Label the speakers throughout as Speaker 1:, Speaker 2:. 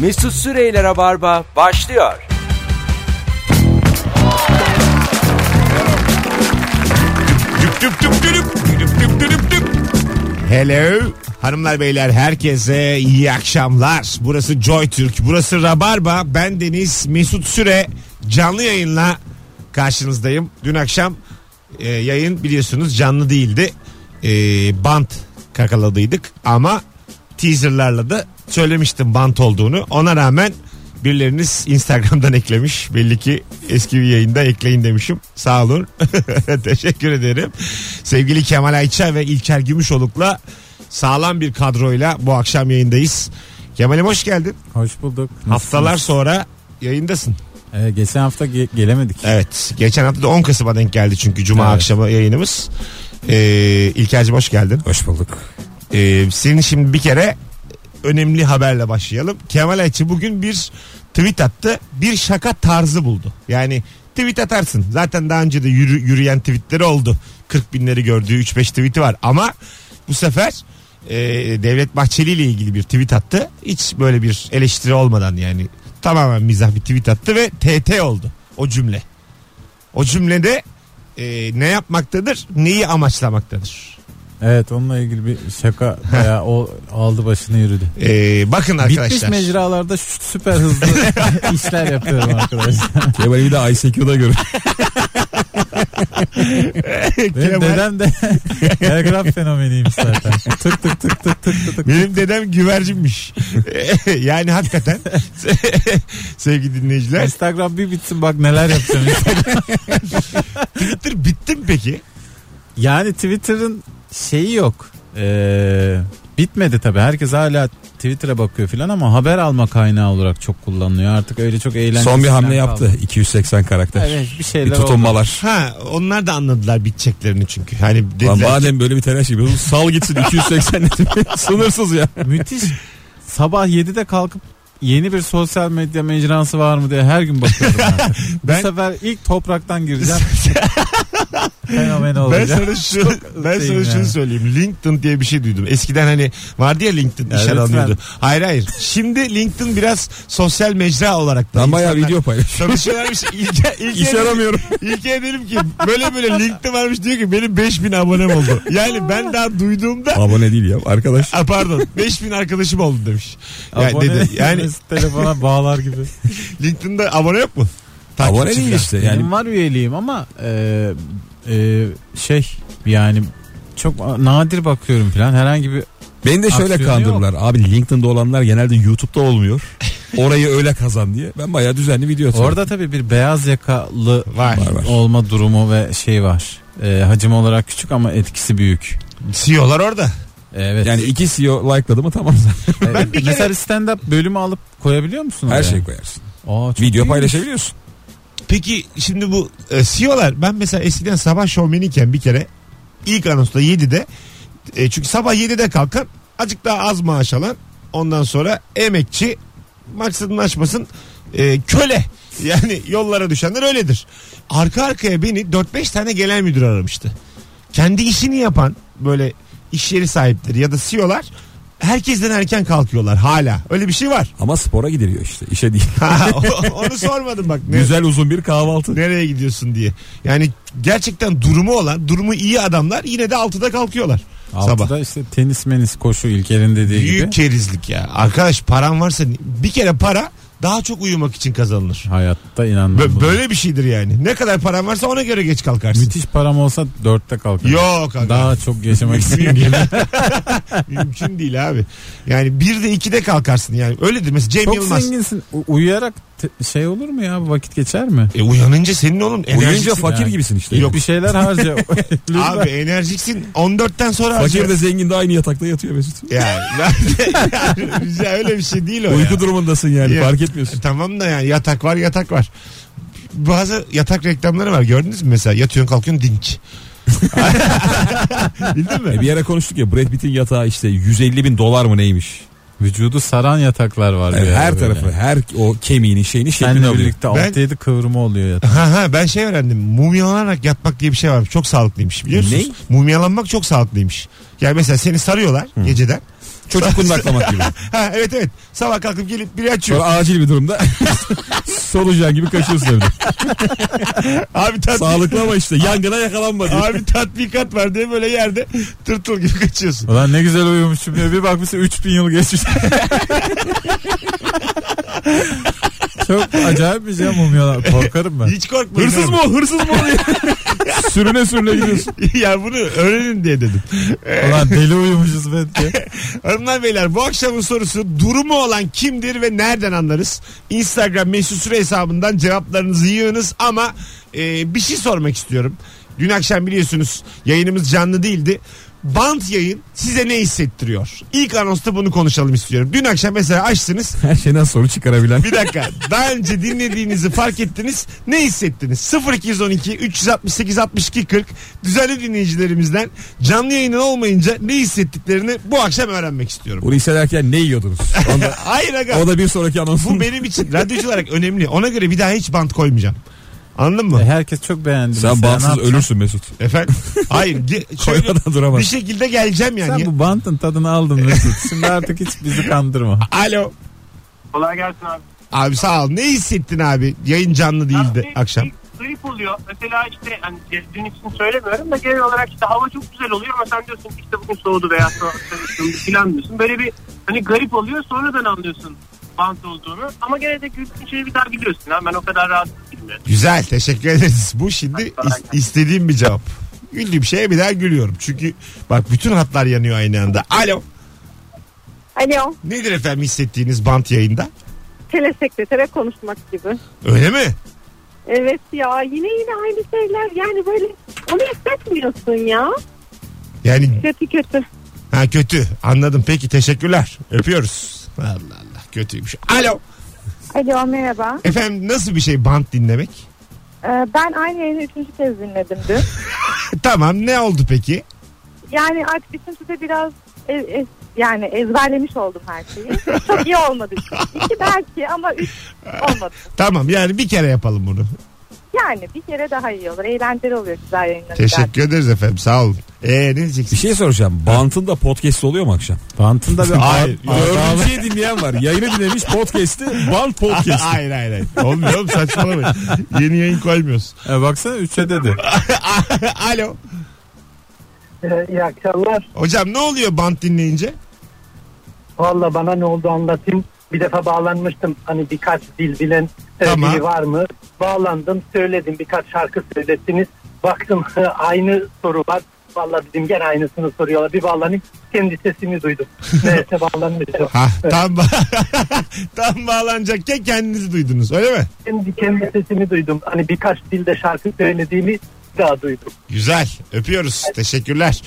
Speaker 1: Mesut Süreyler'e barba başlıyor.
Speaker 2: Düp düp düp düp düp düp düp düp.
Speaker 3: Hello. Hanımlar beyler herkese iyi akşamlar. Burası Joy Türk, burası Rabarba. Ben Deniz Mesut Süre canlı yayınla karşınızdayım. Dün akşam e, yayın biliyorsunuz canlı değildi. E, bant kakaladıydık ama teaserlarla da söylemiştim bant olduğunu. Ona rağmen birileriniz Instagram'dan eklemiş. Belli ki eski bir yayında ekleyin demişim. Sağ olun. Teşekkür ederim. Sevgili Kemal Ayça ve İlker Gümüşoluk'la sağlam bir kadroyla bu akşam yayındayız. Kemal'im hoş geldin.
Speaker 4: Hoş bulduk.
Speaker 3: Haftalar sonra yayındasın.
Speaker 4: Ee, geçen hafta ge- gelemedik.
Speaker 3: Evet. Geçen hafta da 10 Kasım'a denk geldi çünkü Cuma
Speaker 4: Evet.
Speaker 3: akşamı yayınımız. Ee, İlker'cim hoş geldin.
Speaker 4: Hoş bulduk.
Speaker 3: Ee, senin şimdi bir kere önemli haberle başlayalım. Kemal Ayçi bugün bir tweet attı. Bir şaka tarzı buldu. Yani tweet atarsın. Zaten daha önce de yürü, yürüyen tweetleri oldu. 40 binleri gördüğü 3-5 tweeti var. Ama bu sefer e, Devlet Bahçeli ile ilgili bir tweet attı. Hiç böyle bir eleştiri olmadan yani tamamen mizah bir tweet attı ve TT oldu o cümle. O cümlede e, ne yapmaktadır, neyi amaçlamaktadır.
Speaker 4: Evet onunla ilgili bir şaka bayağı o aldı başını yürüdü.
Speaker 3: Ee, bakın
Speaker 4: Bitmiş
Speaker 3: arkadaşlar.
Speaker 4: mecralarda şu süper hızlı işler yapıyorum arkadaşlar.
Speaker 2: Kemal'i bir de ICQ'da görür.
Speaker 4: Benim
Speaker 3: Kemal-
Speaker 4: dedem de telgraf fenomeniymiş zaten. Tık tık tık tık tık tık.
Speaker 3: Benim dedem güvercinmiş. yani hakikaten sevgili dinleyiciler.
Speaker 4: Instagram bir bitsin bak neler yapacağım.
Speaker 3: Twitter bitti mi peki?
Speaker 4: yani Twitter'ın şeyi yok. Ee, bitmedi tabii. Herkes hala Twitter'a bakıyor filan ama haber alma kaynağı olarak çok kullanılıyor. Artık öyle çok eğlenceli.
Speaker 2: Son bir hamle
Speaker 4: filan
Speaker 2: yaptı.
Speaker 4: kaldı.
Speaker 2: 280 karakter.
Speaker 4: Evet bir
Speaker 2: Bir
Speaker 4: şeyler oldu.
Speaker 2: tutunmalar.
Speaker 3: Ha onlar da anladılar biteceklerini çünkü. Hani
Speaker 2: Lan
Speaker 3: dediler ki,
Speaker 2: madem böyle bir telaş yapıyorsun sal gitsin 280 sınırsız ya.
Speaker 4: Müthiş. Sabah 7'de kalkıp yeni bir sosyal medya mecrası var mı diye her gün bakıyorum. ben. Bu
Speaker 3: ben
Speaker 4: sefer ilk topraktan gireceğim. Fenomen
Speaker 3: ben
Speaker 4: olacak.
Speaker 3: sana şu ben sana
Speaker 4: şeyim
Speaker 3: şunu
Speaker 4: yani.
Speaker 3: söyleyeyim. LinkedIn diye bir şey duydum. Eskiden hani vardı ya LinkedIn
Speaker 4: Ya
Speaker 3: işe
Speaker 4: lütfen.
Speaker 3: alıyordu. Hayır hayır. Şimdi LinkedIn biraz sosyal mecra olarak da
Speaker 2: Ben bayağı
Speaker 3: insanlar-
Speaker 2: video paylaş.
Speaker 3: Tanışıyorlarmış. İlke, ilke
Speaker 2: İşe yaramıyorum.
Speaker 3: İlke'ye dedim ki böyle böyle LinkedIn varmış diyor ki benim 5000 abonem oldu. Yani ben daha duyduğumda
Speaker 2: Abone değil ya arkadaş.
Speaker 3: A, pardon 5000 arkadaşım oldu demiş. Yani,
Speaker 4: Abone
Speaker 3: dedi, yani
Speaker 4: telefona bağlar gibi.
Speaker 3: LinkedIn'de abone yok mu?
Speaker 2: Abone
Speaker 3: Takipçi
Speaker 2: değil
Speaker 3: falan.
Speaker 2: işte yani.
Speaker 4: Benim var üyeliğim ama e, e, şey yani çok nadir bakıyorum falan herhangi bir
Speaker 2: Beni de şöyle
Speaker 4: Aksiyonu yok.
Speaker 2: kandırırlar. Abi LinkedIn'de olanlar genelde YouTube'da olmuyor. Orayı öyle kazan diye. Ben bayağı düzenli video atıyorum.
Speaker 4: orada tabii bir beyaz yakalı
Speaker 3: Var.
Speaker 2: Var var.
Speaker 4: olma durumu ve şey var E, hacim olarak küçük ama etkisi büyük
Speaker 3: CEO'lar E orada.
Speaker 4: evet
Speaker 2: Yani iki CEO like'ladı mı tamam zaten.
Speaker 3: Ben bir kere-
Speaker 4: Mesela stand-up bölümü alıp koyabiliyor musun?
Speaker 2: Her
Speaker 4: oraya?
Speaker 2: şeyi koyarsın.
Speaker 4: Aa, çok
Speaker 2: Video
Speaker 4: iyiymiş.
Speaker 2: paylaşabiliyorsun.
Speaker 3: Peki şimdi bu e, CEO'lar ben mesela eskiden sabah şovmeniyken bir kere ilk anonsta 7'de e, çünkü sabah 7'de kalkan azıcık daha az maaş alan ondan sonra emekçi maksadını açmasın e, köle yani yollara düşenler öyledir. Arka arkaya beni 4-5 tane genel müdür aramıştı. Kendi işini yapan böyle iş yeri sahipleri ya da CEO'lar herkesten erken kalkıyorlar hala. Öyle bir şey var.
Speaker 2: Ama spora gidiliyor işte. işe değil.
Speaker 3: Ha, o- onu sormadım bak. Ne-
Speaker 2: Güzel uzun bir kahvaltı.
Speaker 3: nereye gidiyorsun diye. Yani gerçekten durumu olan, durumu iyi adamlar yine de altıda kalkıyorlar
Speaker 4: Altıda
Speaker 3: sabah.
Speaker 4: işte tenis menis koşu İlker'in dediği
Speaker 3: Büyük
Speaker 4: gibi.
Speaker 3: kerizlik ya. Arkadaş paran varsa bir kere para daha çok uyumak için kazanılır.
Speaker 4: Hayatta inanmam.
Speaker 3: Bö-
Speaker 4: buna.
Speaker 3: böyle bir şeydir yani. Ne kadar paran varsa ona göre geç kalkarsın.
Speaker 4: Müthiş param olsa dörtte kalkarım.
Speaker 3: Yok aga.
Speaker 4: Daha çok yaşamak istiyorum.
Speaker 3: Mümkün değil. Mümkün değil abi. Yani bir de ikide kalkarsın yani. Öyledir mesela Cem
Speaker 4: Çok
Speaker 3: Yılmaz.
Speaker 4: zenginsin. U- uyuyarak te- şey olur mu ya? Vakit geçer mi?
Speaker 3: E uyanınca senin oğlum enerjiksin.
Speaker 2: Uyuyunca fakir
Speaker 4: yani.
Speaker 2: gibisin işte.
Speaker 3: Yok.
Speaker 4: Bir şeyler harca. Lütfen.
Speaker 3: Abi enerjiksin 14'ten sonra
Speaker 2: Fakir
Speaker 3: harca-
Speaker 2: de zengin de aynı yatakta yatıyor Mesut.
Speaker 3: Yani, ben de, yani bize öyle bir şey değil o ya.
Speaker 2: Uyku durumundasın yani
Speaker 3: Ya.
Speaker 2: fark etmiyorsun.
Speaker 3: E, Tamam da yani yatak var yatak var. Bazı yatak reklamları var gördünüz mü mesela yatıyorsun kalkıyorsun dinç. Bildin mi?
Speaker 2: E bir yere konuştuk ya Brad Pitt'in yatağı işte 150 bin dolar mı neymiş?
Speaker 4: Vücudu saran yataklar var.
Speaker 2: Yani
Speaker 4: bir
Speaker 2: her
Speaker 4: ara
Speaker 2: tarafı
Speaker 4: böyle.
Speaker 2: her o kemiğini şeyini şeklini
Speaker 4: Seninle
Speaker 2: alıyor.
Speaker 4: birlikte
Speaker 3: Ben-
Speaker 4: 6-7 kıvrımı oluyor yatak.
Speaker 3: Ha ha ben şey öğrendim. Mumyalanarak yatmak diye bir şey varmış. Çok sağlıklıymış biliyor musunuz? Mumyalanmak çok sağlıklıymış. Yani mesela seni sarıyorlar geceden.
Speaker 2: Çocuk kundaklamak gibi.
Speaker 3: Ha, evet evet. Sabah kalkıp gelip biri açıyor.
Speaker 2: Sonra acil bir durumda solucan gibi kaçıyorsun evde.
Speaker 3: Abi tatbikat,
Speaker 2: Sağlıklı ama işte yangına yakalanma diye.
Speaker 3: abi tatbikat var diye böyle yerde tırtıl gibi kaçıyorsun.
Speaker 4: Ulan ne güzel uyumuşum ya. Bir bakmışsın 3000 yıl geçmiş. Çok acayip bir şey mumyalar. Korkarım ben.
Speaker 3: Hiç korkmayın.
Speaker 2: Hırsız
Speaker 3: abi.
Speaker 2: mı o hırsız mı o diye. sürüne sürüne gidiyorsun.
Speaker 3: ya bunu öğrenin diye dedim.
Speaker 4: Ulan deli uyumuşuz ben diye.
Speaker 3: Hanımlar beyler bu akşamın sorusu durumu olan kimdir ve nereden anlarız? Instagram mesut süre hesabından cevaplarınızı yığınız ama e, bir şey sormak istiyorum. Dün akşam biliyorsunuz yayınımız canlı değildi. Bant yayın size ne hissettiriyor? İlk anonsta bunu konuşalım istiyorum. Dün akşam mesela açtınız.
Speaker 2: Her şeyden soru çıkarabilen.
Speaker 3: Bir dakika. Daha önce dinlediğinizi fark ettiniz. Ne hissettiniz? 0212 368 62 40 düzenli dinleyicilerimizden canlı yayının olmayınca ne hissettiklerini bu akşam öğrenmek istiyorum.
Speaker 2: Bunu hissederken ne yiyordunuz? Onda,
Speaker 3: Hayır aga.
Speaker 2: o da bir sonraki anonsun.
Speaker 3: Bu benim için radyocu olarak önemli. Ona göre bir daha hiç bant koymayacağım. Anladın mı?
Speaker 4: E, Herkes çok beğendi.
Speaker 2: Sen
Speaker 4: Mesela ne
Speaker 2: bağımsız
Speaker 4: yapacağım?
Speaker 2: ölürsün Mesut.
Speaker 3: Efendim? Hayır. ge- şöyle
Speaker 2: Koymadan
Speaker 3: bir
Speaker 2: duramazsın.
Speaker 3: şekilde geleceğim yani.
Speaker 4: Sen bu bantın tadını aldın Mesut. Şimdi artık hiç bizi kandırma.
Speaker 3: Alo.
Speaker 5: Kolay gelsin abi.
Speaker 3: Abi sağ ol. Ne hissettin abi? Yayın canlı değildi
Speaker 5: Abi,
Speaker 3: akşam.
Speaker 5: bir Zayıf oluyor. Mesela işte hani dün için söylemiyorum da genel olarak işte hava çok güzel oluyor ama sen diyorsun ki işte bugün soğudu veya soğudu filan diyorsun. Böyle bir hani garip oluyor sonradan anlıyorsun bant olduğunu. Ama gene de güldüğün şeyi bir daha biliyorsun. Ha. Ben o kadar rahat değilim. yani.
Speaker 3: Güzel. Teşekkür ederiz. Bu şimdi
Speaker 5: Kolay
Speaker 3: is- istediğim bir cevap. Güldüğüm şeye bir daha gülüyorum. Çünkü bak bütün hatlar yanıyor aynı anda. Alo.
Speaker 6: Alo.
Speaker 3: Nedir efendim hissettiğiniz bant yayında?
Speaker 6: Telesekretere konuşmak gibi.
Speaker 3: Öyle mi?
Speaker 6: Evet ya yine yine aynı şeyler yani böyle onu hissetmiyorsun ya.
Speaker 3: Yani
Speaker 6: Kötü kötü.
Speaker 3: ha kötü. Anladım. Peki teşekkürler. Öpüyoruz. Allah Allah kötüymüş. Alo.
Speaker 6: Alo merhaba.
Speaker 3: Efendim nasıl bir şey bant dinlemek?
Speaker 6: Ee, ben aynı yayını üçüncü kez dinledim dün.
Speaker 3: Tamam ne oldu peki?
Speaker 6: Yani artık bütün size biraz e- e- yani ezberlemiş oldum her şeyi. Çok iyi olmadı. İki belki ama üç olmadı.
Speaker 3: Tamam yani bir kere yapalım bunu.
Speaker 6: Yani bir kere daha iyi olur. Eğlenceli oluyor güzel yayınlar.
Speaker 3: Teşekkür ederiz efendim sağ olun. Ee ne
Speaker 2: Bir
Speaker 3: diyeceksin?
Speaker 2: şey soracağım. Bant'ın da podcast oluyor mu akşam?
Speaker 4: Bantın da bir
Speaker 3: Hayır.
Speaker 2: Dördüncüye dinleyen var. Yayını dinlemiş podcast'i. Bant podcast.
Speaker 3: hayır hayır hayır. Oğlum, oğlum saçmalamayın. Yeni yayın koymuyoruz.
Speaker 4: E, baksana 3'e dedi.
Speaker 3: Alo.
Speaker 7: Ee, iyi akşamlar.
Speaker 3: Hocam ne oluyor bant dinleyince?
Speaker 7: Valla bana ne oldu anlatayım. Bir defa bağlanmıştım. Hani birkaç dil bilen e,
Speaker 3: Tamam.
Speaker 7: biri var mı? Bağlandım söyledim birkaç şarkı söylettiniz. Baktım aynı soru var. Valla dedim gene aynısını soruyorlar. Bir bağlanayım kendi sesimi duydum. Neyse bağlanmıştım.
Speaker 3: Ha tam ba- tam bağlanacakken kendinizi duydunuz öyle mi?
Speaker 7: Kendi, kendi sesimi duydum. Hani birkaç dilde şarkı söylediğimi daha duydum.
Speaker 3: Güzel öpüyoruz teşekkürler.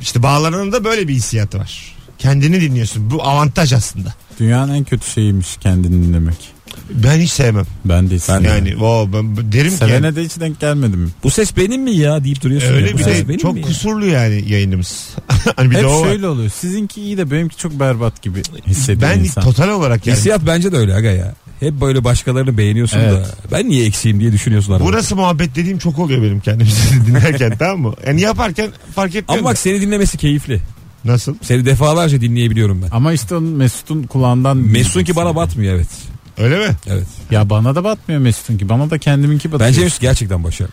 Speaker 3: İşte bağlananın da böyle bir hissiyatı var. Kendini dinliyorsun bu avantaj aslında.
Speaker 4: Dünyanın en kötü şeyiymiş kendini dinlemek.
Speaker 3: Ben hiç sevmem.
Speaker 4: Ben de ben
Speaker 3: Yani o ben derim ki.
Speaker 4: Sevene de hiç denk gelmedim.
Speaker 2: Bu ses benim mi ya deyip duruyorsun. ya.
Speaker 3: Öyle
Speaker 2: Bu
Speaker 3: bir
Speaker 2: ses
Speaker 3: de
Speaker 2: şey benim
Speaker 3: çok
Speaker 2: mi ya?
Speaker 3: kusurlu yani yayınımız. hani bir
Speaker 4: Hep
Speaker 3: de o var.
Speaker 4: şöyle oluyor. Sizinki iyi de benimki çok berbat gibi hissediyor
Speaker 3: Ben
Speaker 4: insan.
Speaker 3: total olarak yani.
Speaker 2: Hissiyat bence de öyle aga ya. Hep böyle başkalarını beğeniyorsun
Speaker 4: Evet.
Speaker 2: da ben niye eksiğim diye düşünüyorsun arada.
Speaker 3: Burası muhabbet dediğim çok oluyor benim kendimizi dinlerken tamam mı? Yani yaparken fark etmiyorum.
Speaker 2: Ama
Speaker 3: Ama
Speaker 2: bak seni dinlemesi keyifli.
Speaker 3: Nasıl?
Speaker 2: Seni defalarca dinleyebiliyorum ben.
Speaker 4: Ama işte onun Mesut'un kulağından
Speaker 2: Mesut'un ki bana batmıyor evet.
Speaker 3: Öyle mi?
Speaker 2: Evet.
Speaker 4: Ya bana da batmıyor Mesut'un ki. Bana da kendiminki batıyor.
Speaker 2: Bence Mesut gerçekten başarılı.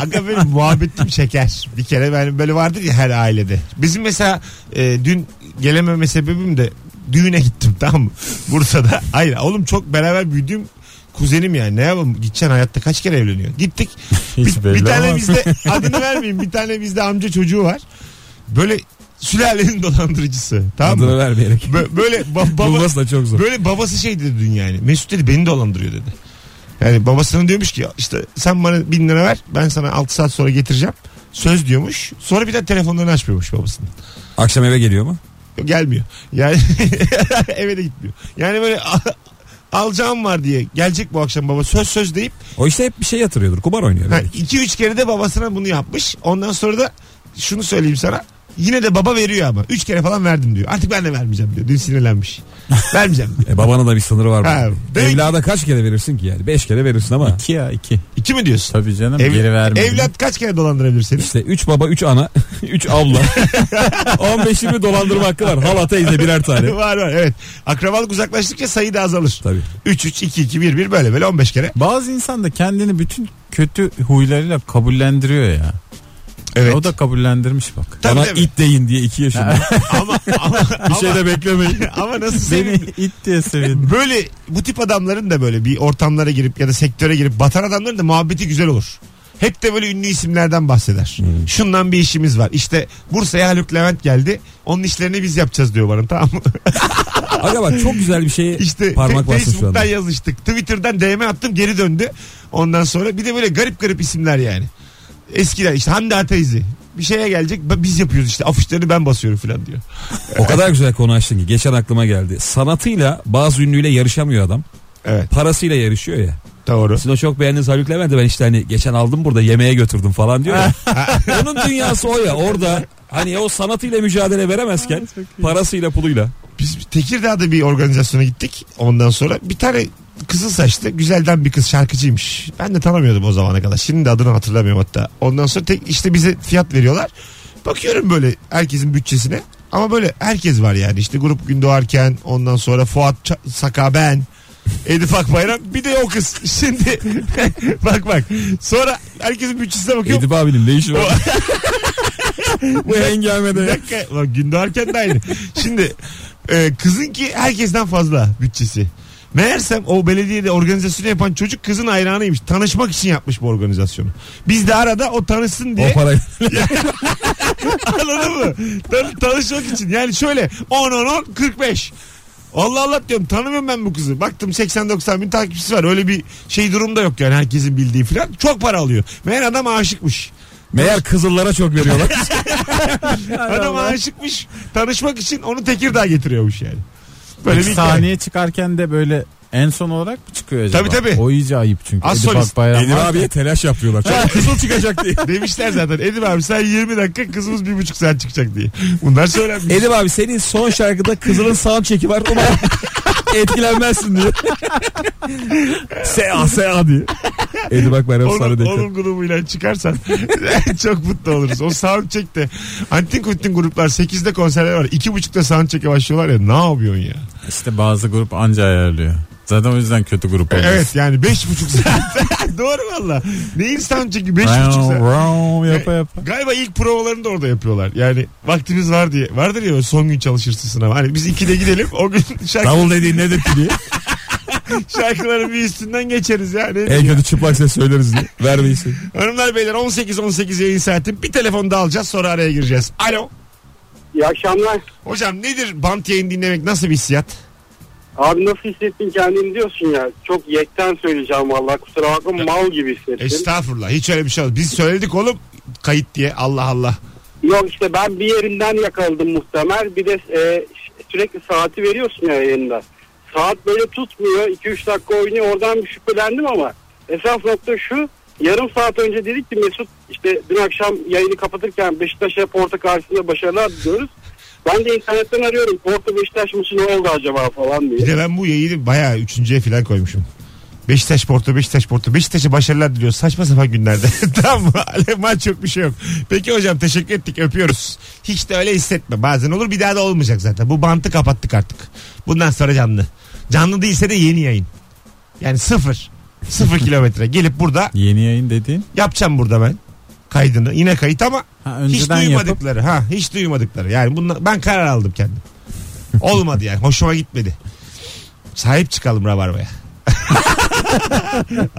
Speaker 3: Aga benim muhabbetim çeker. Bir kere ben böyle vardır ya her ailede. Bizim mesela e, dün gelememe sebebim de düğüne gittim tamam mı? Bursa'da. Hayır oğlum çok beraber büyüdüğüm kuzenim yani ne yapalım gideceksin hayatta kaç kere evleniyor. Gittik
Speaker 4: Hiç
Speaker 3: bir,
Speaker 4: belli
Speaker 3: bir tane
Speaker 4: olmaz.
Speaker 3: bizde adını vermeyeyim bir tane bizde amca çocuğu var. Böyle sülalenin dolandırıcısı tamam
Speaker 2: Adını
Speaker 3: mı?
Speaker 2: vermeyerek.
Speaker 3: Bö- Böyle ba- baba,
Speaker 2: Bulması da çok zor.
Speaker 3: Böyle babası şey dedi dün yani. Mesut dedi beni dolandırıyor dedi. Yani babasının diyormuş ki işte sen bana bin lira ver ben sana 6 saat sonra getireceğim. Söz diyormuş. Sonra bir de telefonlarını açmıyormuş babasının.
Speaker 2: Akşam eve geliyor mu?
Speaker 3: Yok, Gelmiyor. Yani eve de gitmiyor. Yani böyle a- alacağım var diye gelecek bu akşam baba söz söz deyip
Speaker 2: O işte hep bir şey yatırıyordur. Kumar oynuyor. belki.
Speaker 3: 2-3 kere de babasına bunu yapmış. Ondan sonra da şunu söyleyeyim sana. Yine de baba veriyor ama. Üç kere falan verdim diyor. Artık ben de vermeyeceğim diyor. Dün sinirlenmiş. vermeyeceğim diyor.
Speaker 2: E babana da bir sınırı var.
Speaker 3: Ha,
Speaker 2: mı?
Speaker 3: demek-
Speaker 2: Evlada kaç kere verirsin ki yani? Beş kere verirsin ama.
Speaker 4: İki ya iki.
Speaker 3: İki mi diyorsun?
Speaker 4: Tabii canım
Speaker 3: Ev-
Speaker 4: geri vermedi.
Speaker 3: Evlat kaç kere dolandırabilir seni?
Speaker 2: İşte 3 baba 3 ana 3 abla 15-20 dolandırma hakkı var. Hala teyze birer tane.
Speaker 3: var var evet. Akrabalık uzaklaştıkça sayı da azalır.
Speaker 2: Tabii.
Speaker 3: 3 3 2 2 1 1 böyle böyle 15 kere.
Speaker 4: Bazı insan da kendini bütün kötü huylarıyla kabullendiriyor ya.
Speaker 3: Evet.
Speaker 4: O da kabullendirmiş bak.
Speaker 3: Tabii,
Speaker 2: Bana
Speaker 3: tabii.
Speaker 2: it deyin diye 2 yaşında.
Speaker 3: ama ama
Speaker 2: bir şey de beklemeyin.
Speaker 3: ama nasıl
Speaker 4: Beni
Speaker 3: senin
Speaker 4: it diye sevindi.
Speaker 3: böyle bu tip adamların da böyle bir ortamlara girip ya da sektöre girip batan adamların da muhabbeti güzel olur. Hep de böyle ünlü isimlerden bahseder. Şundan bir işimiz var. İşte Bursa'ya Haluk Levent geldi. Onun işlerini biz yapacağız diyor bana tamam mı?
Speaker 2: Aga bak çok güzel bir şeye
Speaker 3: İşte
Speaker 2: parmak
Speaker 3: fe-
Speaker 2: bastı şu
Speaker 3: Facebook'tan
Speaker 2: anda.
Speaker 3: yazıştık. Twitter'dan DM attım geri döndü. Ondan sonra bir de böyle garip garip isimler yani. Eskiler işte Hande Ateizi. Bir şeye gelecek "Ben- biz yapıyoruz işte afişlerini ben basıyorum falan diyor.
Speaker 2: O kadar güzel konu açtın ki geçen aklıma geldi. Sanatıyla bazı ünlüyle yarışamıyor adam.
Speaker 3: Evet
Speaker 2: Parasıyla yarışıyor ya.
Speaker 3: doğru.
Speaker 2: Sizin o çok beğendiğiniz Haluk Levent de ben işte hani geçen aldım burada yemeğe götürdüm falan diyor ya. Onun dünyası o ya orada hani o sanatıyla mücadele veremezken parasıyla puluyla.
Speaker 3: Biz Tekirdağ'da bir organizasyona gittik. Ondan sonra bir tane kızıl saçlı güzelden bir kız şarkıcıymış. Ben de tanımıyordum o zamana kadar. Şimdi de adını hatırlamıyorum hatta. Ondan sonra tek işte bize fiyat veriyorlar. Bakıyorum böyle herkesin bütçesine. Ama böyle herkes var yani. İşte Grup Gün Doğarken ondan sonra Fuat Ça- Saka ben. Edip Akbayram bir de o kız. Şimdi bak bak. Sonra herkesin bütçesine bakıyorum.
Speaker 2: Edip abinin ne işi var? Bu hengamede
Speaker 3: Bir
Speaker 2: ya.
Speaker 3: dakika. Ulan gün doğarken de aynı. Şimdi e, kızın ki herkesten fazla bütçesi. Meğersem o belediyede organizasyonu yapan çocuk kızın hayranıymış. Tanışmak için yapmış bu organizasyonu. Biz de arada o tanışsın diye.
Speaker 2: O parayla.
Speaker 3: Anladın mı? Tan- tanışmak için. Yani şöyle 10 10 10 45. Allah Allah diyorum tanımıyorum ben bu kızı. Baktım 80-90 bin takipçisi var. Öyle bir şey durum da yok yani herkesin bildiği falan. Çok para alıyor. Meğer adam aşıkmış.
Speaker 2: Meğer kızıllara çok veriyorlar.
Speaker 3: Adam aşıkmış. Tanışmak için onu Tekirdağ getiriyormuş yani. Böyle bir
Speaker 4: Peki
Speaker 3: hikaye.
Speaker 4: sahneye çıkarken de böyle en son olarak mı çıkıyor acaba?
Speaker 3: Tabii, tabii.
Speaker 4: O iyice ayıp çünkü.
Speaker 3: Az
Speaker 4: Edip
Speaker 3: solist.
Speaker 4: Akbayram
Speaker 2: Edip
Speaker 4: var.
Speaker 2: abiye telaş yapıyorlar. Çok kızıl çıkacak diye.
Speaker 3: Demişler zaten Edip abi sen 20 dakika kızımız bir buçuk saat çıkacak diye. Bunlar söylenmiş.
Speaker 2: Edip abi senin son şarkıda kızılın sound çeki var. Umarım etkilenmezsin diyor. sea sea diyor. Edip Akbayram
Speaker 3: onun,
Speaker 2: sarı
Speaker 3: onun grubuyla çıkarsan çok mutlu oluruz. O soundcheck de antin kuntin gruplar 8'de konserler var. 2.30'da soundcheck'e başlıyorlar ya ne yapıyorsun ya?
Speaker 4: İşte bazı grup anca ayarlıyor. Zaten o yüzden kötü grup oluyor.
Speaker 3: Evet yani 5.30 saat. Doğru valla. Neyin soundcheck'i 5.30
Speaker 4: Round,
Speaker 3: saat?
Speaker 4: round yapa yapa.
Speaker 3: Galiba ilk provalarını da orada yapıyorlar. Yani vaktimiz var diye. Vardır ya böyle son gün çalışırsın sınava. Hani biz 2'de gidelim o gün şarkı,
Speaker 2: Davul dediğin nedir ki diye.
Speaker 3: şarkıların bir üstünden geçeriz ya. Ne
Speaker 2: En kötü çıplak ses söyleriz diye. Vermeysin.
Speaker 3: Hanımlar beyler 18-18 yayın saati. Bir telefon daha alacağız sonra araya gireceğiz. Alo.
Speaker 7: İyi akşamlar.
Speaker 3: Hocam nedir bant yayın dinlemek nasıl bir hissiyat?
Speaker 7: Abi nasıl hissettin kendini diyorsun ya. Çok yekten söyleyeceğim vallahi kusura bakma mal gibi hissettim.
Speaker 3: Estağfurullah hiç öyle bir şey olmaz. Biz söyledik oğlum kayıt diye Allah Allah.
Speaker 7: Yok işte ben bir yerimden yakaladım muhtemel. Bir de e, sürekli saati veriyorsun ya yayında. Saat böyle tutmuyor. 2-3 dakika oynuyor. Oradan bir şüphelendim ama esas nokta şu. Yarım saat önce dedik ki Mesut işte dün akşam yayını kapatırken Beşiktaş'a Porto karşısında başarılar diliyoruz. Ben de internetten arıyorum. Porto Beşiktaş maçı ne oldu acaba falan diye.
Speaker 3: Bir de ben bu yayını bayağı üçüncüye falan koymuşum. Beşiktaş Porto, Beşiktaş Porto. Beşiktaş'a başarılar diliyoruz. Saçma sapan günlerde. tamam mı? Maç yok bir şey yok. Peki hocam teşekkür ettik öpüyoruz. Hiç de öyle hissetme. Bazen olur bir daha da olmayacak zaten. Bu bantı kapattık artık. Bundan sonra canlı. Canlı değilse de yeni yayın. Yani sıfır. Sıfır kilometre. Gelip burada
Speaker 4: Yeni yayın dediğin.
Speaker 3: yapacağım burada ben kaydını. Yine kayıt ama
Speaker 4: Ha,
Speaker 3: hiç
Speaker 4: önceden yapıp
Speaker 3: duymadıkları. Ha, hiç duymadıkları. Yani bunla, ben karar aldım kendim. Olmadı yani. Hoşuma gitmedi. Sahip çıkalım Rabarba'ya.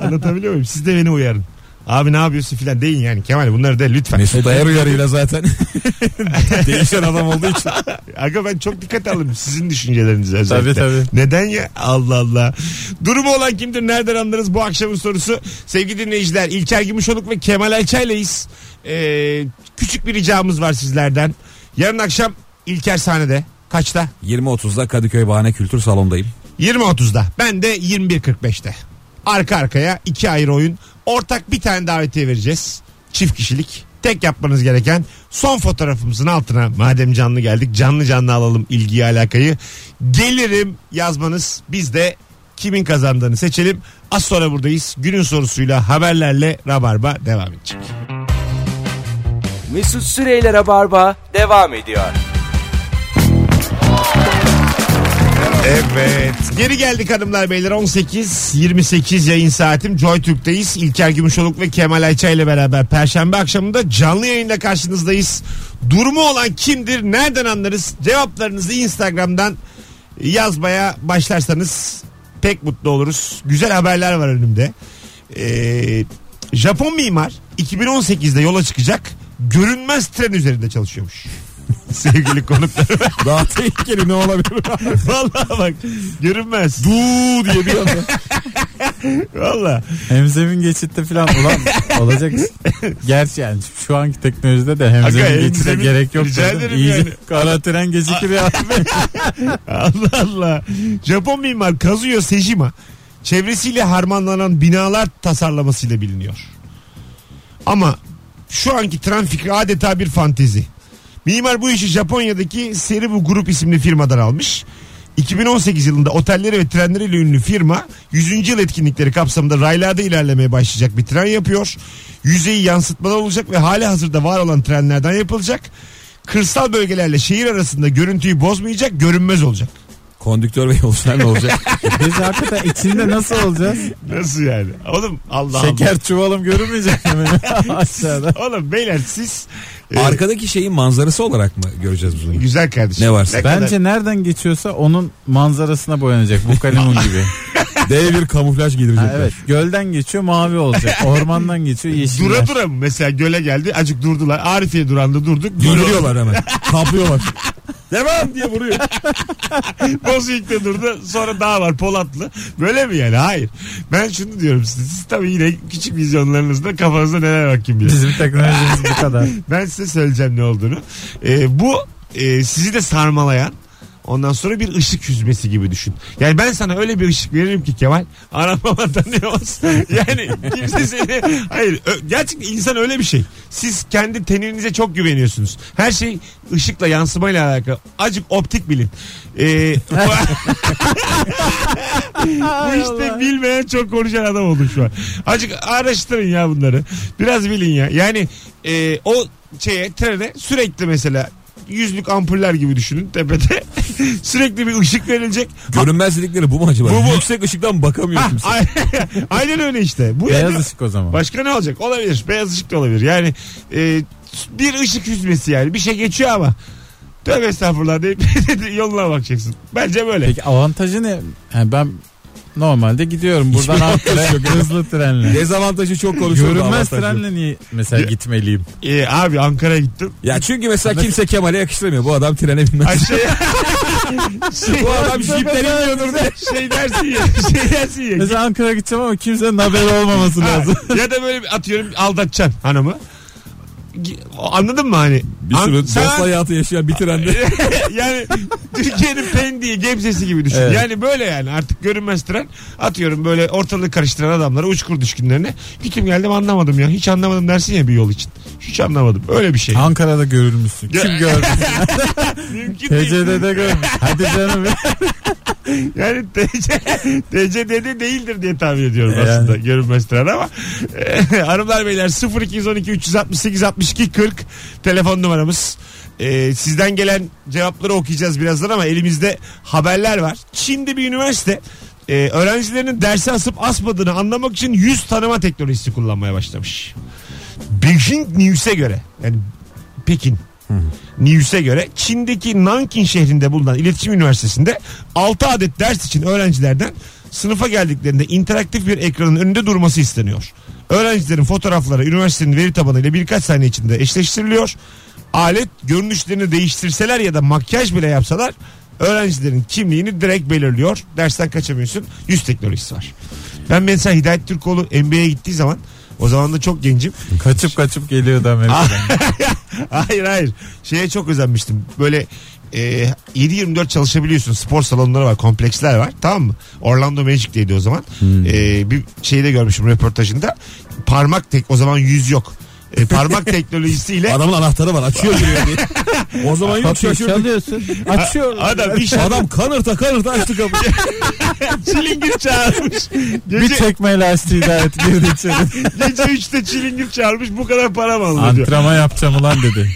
Speaker 3: Anlatabiliyor muyum? Siz de beni uyarın. Abi ne yapıyorsun filan deyin yani Kemal bunları de lütfen.
Speaker 2: Mesut Ayar uyarıyla zaten değişen adam olduğu için.
Speaker 3: Aga ben çok dikkat alırım sizin düşüncelerinize özellikle.
Speaker 4: Tabii,
Speaker 3: Neden ya? Allah Allah. Durumu olan kimdir? Nereden anlarız? Bu akşamın sorusu. Sevgili dinleyiciler İlker Gümüşoluk ve Kemal Ayça'yleyiz. Ee, küçük bir ricamız var sizlerden. Yarın akşam İlker sahnede. Kaçta?
Speaker 2: 20.30'da Kadıköy Bahane Kültür Salonu'ndayım.
Speaker 3: 20.30'da. Ben de 21.45'te. Arka arkaya iki ayrı oyun. Ortak bir tane davetiye vereceğiz. Çift kişilik. Tek yapmanız gereken son fotoğrafımızın altına madem canlı geldik canlı canlı alalım ilgiyi alakayı. Gelirim yazmanız biz de kimin kazandığını seçelim. Az sonra buradayız. Günün sorusuyla haberlerle Rabarba devam edecek.
Speaker 1: Mesut Süreyler'e barba devam ediyor.
Speaker 3: Evet. Geri geldik hanımlar beyler. 18-28 yayın saatim. Joy Türk'teyiz. İlker Gümüşoluk ve Kemal Ayça ile beraber Perşembe akşamında canlı yayında karşınızdayız. Durumu olan kimdir? Nereden anlarız? Cevaplarınızı Instagram'dan yazmaya başlarsanız pek mutlu oluruz. Güzel haberler var önümde. Ee, Japon mimar 2018'de yola çıkacak görünmez tren üzerinde çalışıyormuş. Sevgili konuklarım.
Speaker 2: Daha tehlikeli ne olabilir?
Speaker 3: Vallahi bak görünmez.
Speaker 2: Duu diye bir anda.
Speaker 3: Vallahi.
Speaker 4: Hemzemin geçitte falan ulan olacak. Gerçi yani şu anki teknolojide de hemzemin geçite
Speaker 3: hemzemin-
Speaker 4: gerek yok.
Speaker 3: rica
Speaker 4: dedim.
Speaker 3: ederim
Speaker 4: İyice
Speaker 3: yani.
Speaker 4: Kara tren gecikir ya.
Speaker 3: Allah Allah. Japon mimar Kazuyo Sejima çevresiyle harmanlanan binalar tasarlamasıyla biliniyor. Ama şu anki tren fikri adeta bir fantezi. Mimar bu işi Japonya'daki Seribu Grup isimli firmadan almış. 2018 yılında otelleri ve trenleriyle ünlü firma 100. yıl etkinlikleri kapsamında raylarda ilerlemeye başlayacak bir tren yapıyor. Yüzeyi yansıtmalı olacak ve hali hazırda var olan trenlerden yapılacak. Kırsal bölgelerle şehir arasında görüntüyü bozmayacak, görünmez olacak.
Speaker 2: Kondüktör ve yolcular ne olacak?
Speaker 4: Biz hakikaten içinde nasıl olacağız?
Speaker 3: Nasıl yani? Oğlum Allah
Speaker 4: Şeker çuvalım görünmeyecek mi? Aşağıda.
Speaker 3: Allah. Oğlum beyler siz e,
Speaker 2: Arkadaki şeyin manzarası olarak mı göreceğiz biz bunu?
Speaker 3: güzel kardeşim.
Speaker 2: Ne varsa.
Speaker 3: kadar-
Speaker 4: Bence nereden geçiyorsa onun manzarasına boyanacak. Bu kalemun gibi.
Speaker 2: Dev bir kamuflaj
Speaker 4: Ha,
Speaker 2: giydirecekler.
Speaker 4: evet. Gölden geçiyor mavi olacak. Ormandan geçiyor yeşil.
Speaker 3: Dura dura mı? Mesela göle geldi. Acık durdular. Arifiye duranda durduk.
Speaker 2: Görülüyorlar hemen. Kaplıyorlar. Devam diye vuruyor.
Speaker 3: Bozüyük'te durdu. Sonra daha var Polatlı. Böyle mi yani? Hayır. Ben şunu diyorum size. Siz tabii yine küçük vizyonlarınızda kafanızda neler var kim bilir.
Speaker 4: Bizim teknolojimiz bu kadar.
Speaker 3: Ben size söyleyeceğim ne olduğunu. Ee, bu e, sizi de sarmalayan Ondan sonra bir ışık hüzmesi gibi düşün. Yani ben sana öyle bir ışık veririm ki Kemal. Aramama tanıyoruz. Yani kimse seni... Hayır. ö- gerçekten insan öyle bir şey. Siz kendi teninize çok güveniyorsunuz. Her şey ışıkla yansımayla alakalı. Acık optik bilin. Ee, bu işte bilmeyen çok konuşan adam oldu şu an. Acık araştırın ya bunları. Biraz bilin ya. Yani e, o şeye trene sürekli mesela yüzlük ampuller gibi düşünün tepede. sürekli bir ışık verilecek.
Speaker 2: Görünmez dedikleri bu mu acaba?
Speaker 3: Bu, bu.
Speaker 2: Yüksek ışıktan bakamıyor kimse.
Speaker 3: Ay- Aynen öyle işte. Bu
Speaker 4: Beyaz
Speaker 3: yani-
Speaker 4: ışık o zaman.
Speaker 3: Başka ne olacak? Olabilir. Beyaz ışık da olabilir. Yani e, bir ışık hüzmesi yani. Bir şey geçiyor ama. Tövbe estağfurullah deyip yoluna bakacaksın. Bence böyle.
Speaker 4: Peki avantajı ne? Yani ben normalde gidiyorum buradan Ankara'ya hızlı trenle.
Speaker 2: Dezavantajı çok konuşuyor.
Speaker 4: Görünmez
Speaker 2: avantajı yok.
Speaker 4: trenle niye mesela
Speaker 3: Ya-
Speaker 4: gitmeliyim?
Speaker 3: E, abi Ankara'ya gittim.
Speaker 2: Ya çünkü mesela kimse Kemal'e yakıştıramıyor. Bu adam trene binmez.
Speaker 3: Aşağıya
Speaker 2: Bu adam jipleri yiyordur de.
Speaker 3: şey dersin ya. Şey dersin ya.
Speaker 4: Mesela Ankara'ya gideceğim ama kimsenin haberi olmaması
Speaker 3: Ha,
Speaker 4: lazım.
Speaker 3: ya da böyle bir atıyorum aldatacaksın hanımı. Gi- Anladın mı hani?
Speaker 2: Bir sürü
Speaker 3: An-
Speaker 2: dost
Speaker 3: sen-
Speaker 2: hayatı yaşayan bir trende.
Speaker 3: yani Türkiye'nin pendiği Gebze'si gibi düşün.
Speaker 4: Evet.
Speaker 3: Yani böyle yani artık görünmez tren atıyorum böyle ortalığı karıştıran adamlara uçkur düşkünlerine. Gittim geldim anlamadım ya hiç anlamadım dersin ya bir yol için. Hiç anlamadım öyle bir şey.
Speaker 4: Ankara'da görülmüşsün. Kim görmüş?
Speaker 3: Mümkün değil.
Speaker 4: TCD'de görmüş. Hadi canım.
Speaker 3: Yani TC, TCDD değildir diye tahmin ediyorum
Speaker 4: Yani.
Speaker 3: aslında görünmez tren ama. e, Hanımlar beyler 0212 368 62 40 telefon numaramız. Ee, sizden gelen cevapları okuyacağız birazdan ama elimizde haberler var. Çin'de bir üniversite e, öğrencilerinin derse asıp asmadığını anlamak için yüz tanıma teknolojisi kullanmaya başlamış. Beijing News'e göre yani Pekin News'e göre Çin'deki Nanking şehrinde bulunan iletişim üniversitesinde 6 adet ders için öğrencilerden sınıfa geldiklerinde interaktif bir ekranın önünde durması isteniyor. Öğrencilerin fotoğrafları üniversitenin veri tabanıyla birkaç saniye içinde eşleştiriliyor. Alet görünüşlerini değiştirseler ya da makyaj bile yapsalar öğrencilerin kimliğini direkt belirliyor. Dersten kaçamıyorsun. Yüz teknolojisi var. Ben mesela Hidayet Türkoğlu NBA'ye gittiği zaman o zaman da çok gencim.
Speaker 4: Kaçıp kaçıp geliyordu
Speaker 2: Ah,
Speaker 4: Amerika'dan.
Speaker 3: Hayır hayır. Şeye çok özenmiştim. Böyle e, 7-24 çalışabiliyorsun. Spor salonları var, kompleksler var. Tamam mı? Orlando Magic'teydi o zaman. E, bir şeyi de görmüşüm röportajında. Parmak tek o zaman yüz yok. e, parmak teknolojisiyle
Speaker 2: Adamın anahtarı var açıyor giriyor diye. O zaman yok
Speaker 4: Kapıyı
Speaker 2: şaşırdık.
Speaker 4: çalıyorsun. Açıyor.
Speaker 3: adam bir şarkı
Speaker 2: Adam kanırta kanırta açtı kapıyı.
Speaker 3: çilingir çağırmış.
Speaker 4: bir
Speaker 3: Gece,
Speaker 4: çekme lastiği daha et girdi içeri.
Speaker 3: gece 3'te çilingir çağırmış bu kadar para mı alınır diyor.
Speaker 4: Antrenman yapacağım ulan dedi.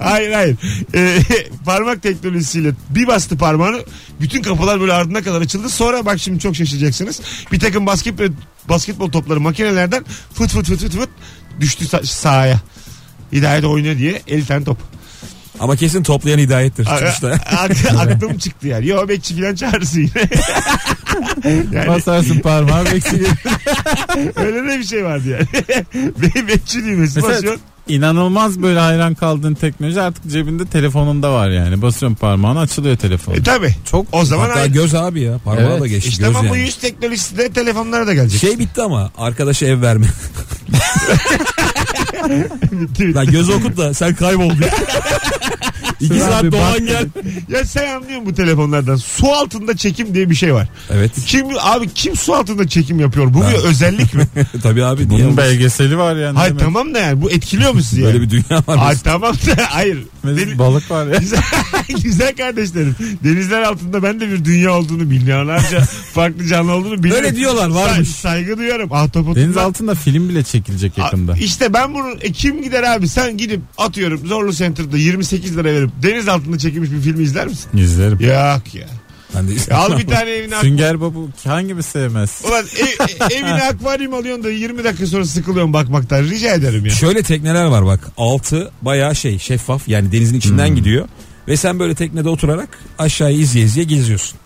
Speaker 3: Hayır hayır. E, parmak teknolojisiyle bir bastı parmağını bütün kapılar böyle ardına kadar açıldı. Sonra bak şimdi çok şaşıracaksınız. Bir takım basketbol, basketbol topları makinelerden fıt fıt fıt fıt fıt düştü sa- sahaya. Hidayet oynuyor diye 50 tane top.
Speaker 2: Ama kesin toplayan hidayettir
Speaker 3: A-
Speaker 2: çıkışta.
Speaker 3: a- Aklım çıktı yani. Yo bekçi falan çağırsın yine. yani
Speaker 4: Basarsın parmağı bekliyor.
Speaker 3: öyle de bir şey vardı yani. Be- bekçi düğmesi
Speaker 4: Mesela-
Speaker 3: basıyorsun.
Speaker 4: İnanılmaz böyle hayran kaldığın teknoloji artık cebinde telefonunda var yani. Basıyorsun parmağını açılıyor telefon.
Speaker 3: E tabi.
Speaker 2: Çok
Speaker 3: O zaman
Speaker 2: Hatta
Speaker 3: aynı.
Speaker 2: göz abi ya. Parmağı
Speaker 4: Evet.
Speaker 2: da geçti.
Speaker 3: İşte
Speaker 2: göz
Speaker 3: ama bu
Speaker 2: yani.
Speaker 3: yüz teknolojisi de telefonlara da gelecek.
Speaker 2: Şey bitti ama arkadaşa ev verme.
Speaker 3: Bitti.
Speaker 2: Lan göz okut da sen kaybol diye. İki
Speaker 4: Sen
Speaker 2: saat
Speaker 4: bir
Speaker 2: doğan
Speaker 4: bak
Speaker 2: gel.
Speaker 3: ya sen anlıyorsun bu telefonlardan. Su altında çekim diye bir şey var.
Speaker 2: Evet
Speaker 3: Kim abi kim su altında çekim yapıyor? Bu
Speaker 2: Ben.
Speaker 3: bir özellik mi?
Speaker 2: tabii abi. niye
Speaker 4: Bunun
Speaker 2: olmasın?
Speaker 4: belgeseli var yani.
Speaker 3: Hayır
Speaker 4: Demek-
Speaker 3: tamam da yani bu etkiliyor mu sizi?
Speaker 2: Böyle
Speaker 3: yani?
Speaker 2: bir dünya var.
Speaker 3: Ay tamam da hayır.
Speaker 4: Mesut
Speaker 3: Deli-
Speaker 4: balık var ya.
Speaker 3: Güzel, güzel kardeşlerim. Denizler altında ben de bir dünya olduğunu milyonlarca farklı canlı olduğunu biliyorum.
Speaker 2: Öyle diyorlar, varmış.
Speaker 3: Say- saygı duyuyorum. Ahtapot.
Speaker 4: Deniz altında film bile çekilecek yakında.
Speaker 3: İşte ben bunu e, kim gider abi sen gidip atıyorum Zorlu Center'da 28 lira verip deniz altında çekilmiş bir filmi izler misin?
Speaker 4: İzlerim.
Speaker 3: Yok ya.
Speaker 2: Ben de-
Speaker 3: Al bir tane evine ak-
Speaker 4: Sünger Babu hangimi sevmez?
Speaker 3: Ulan ev- e- evine akvaryum alıyorsun da 20 dakika sonra sıkılıyorsun bakmaktan. Rica ederim ya.
Speaker 2: Şöyle tekneler var bak. Altı bayağı şey şeffaf yani denizin içinden
Speaker 4: Hmm.
Speaker 2: gidiyor. Ve sen böyle teknede oturarak aşağıya izleye izleye geziyorsun.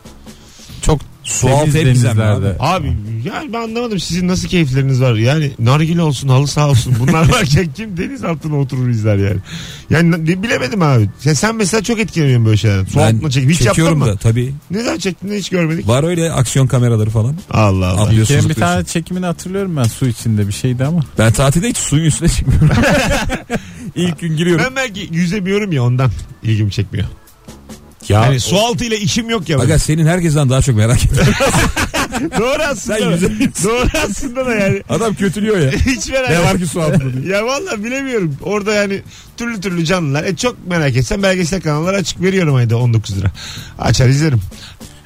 Speaker 4: Çok
Speaker 2: Su altı
Speaker 4: temiz
Speaker 2: hep gizemli
Speaker 4: denizlerde.
Speaker 3: Abi yani ben anlamadım sizin nasıl keyifleriniz var. Yani nargile olsun halı sağ olsun bunlar varken kim deniz altına oturur izler yani. Yani ne- bilemedim abi. Sen, sen mesela çok etkileniyorsun böyle şeylerden. Su
Speaker 2: Ben
Speaker 3: altına çek. Hiç yaptın
Speaker 2: çekiyorum
Speaker 3: mı?
Speaker 2: da tabii.
Speaker 3: Ne zaman çektin hiç görmedik.
Speaker 2: Var öyle aksiyon kameraları falan.
Speaker 3: Allah Allah.
Speaker 2: Atlıyorsun,
Speaker 4: Ülkenin bir
Speaker 2: zıplıyorsun.
Speaker 4: tane çekimini hatırlıyorum ben su içinde bir şeydi ama.
Speaker 2: Ben tatilde hiç suyun üstüne çıkmıyorum. İlk gün giriyorum.
Speaker 3: Ben belki yüzemiyorum ya ondan ilgimi çekmiyor.
Speaker 2: Ya,
Speaker 4: Hani
Speaker 3: Yani su altıyla işim yok ya. benim.
Speaker 2: Aga senin herkesten daha çok merak ediyorum.
Speaker 3: Doğru aslında.
Speaker 2: Sen yüzemiyorsun.
Speaker 3: Doğru aslında da yani.
Speaker 2: Adam kötülüyor ya.
Speaker 3: Hiç merak
Speaker 2: Ne var ki su altında diye.
Speaker 3: Ya valla bilemiyorum. Orada yani türlü türlü canlılar. E çok merak etsen belgesel kanallara açık veriyorum ayda 19 lira. Açar izlerim.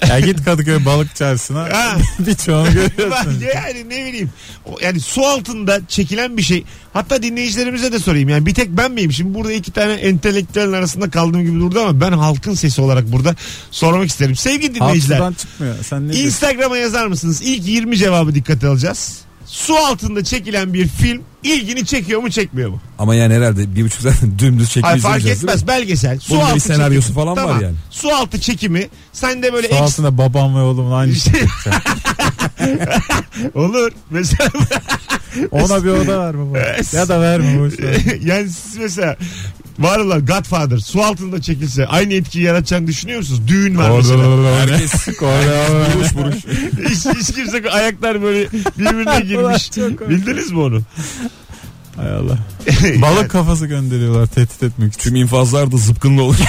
Speaker 4: Ya git Kadıköy balık çarşısına
Speaker 3: Ha.
Speaker 4: birçoğunu görüyorsun.
Speaker 3: yani ne bileyim. O- Yani su altında çekilen bir şey. Hatta dinleyicilerimize de sorayım. Yani bir tek ben miyim? Şimdi burada iki tane entelektüelin arasında kaldığım gibi durdu ama ben halkın sesi olarak burada sormak isterim. Sevgili dinleyiciler.
Speaker 4: Altından çıkmıyor. Sen ne diyorsun?
Speaker 3: Instagram'a yazar mısınız? İlk 20 cevabı dikkate alacağız. Su altında çekilen bir film ilgini çekiyor mu çekmiyor mu?
Speaker 2: Ama yani herhalde bir buçuk zaten dümdüz çekim
Speaker 3: Hayır fark
Speaker 2: izleyeceğiz değil mi?
Speaker 3: etmez belgesel. Su
Speaker 2: Bunun da bir
Speaker 3: altı
Speaker 2: senaryosu
Speaker 3: çekimi.
Speaker 2: falan var yani.
Speaker 3: Su altı çekimi. Sen de böyle
Speaker 4: Su
Speaker 3: eks-
Speaker 4: altında babam ve oğlumun aynı şey.
Speaker 3: olur. Mesela
Speaker 4: Ona bir oda ver baba. ya da verme boş ver.
Speaker 3: yani siz mesela var olan Godfather su altında çekilse aynı etkiyi yaratacağını düşünüyor musunuz? Düğün var şey. mesela.
Speaker 4: Herkes buruş buruş.
Speaker 3: hiç, hiç kimse ayaklar böyle birbirine girmiş. Bildiniz mi onu?
Speaker 4: Hay Allah. Balık kafası gönderiyorlar tehdit etmek için.
Speaker 2: Tüm infazlar da zıpkınlı olur.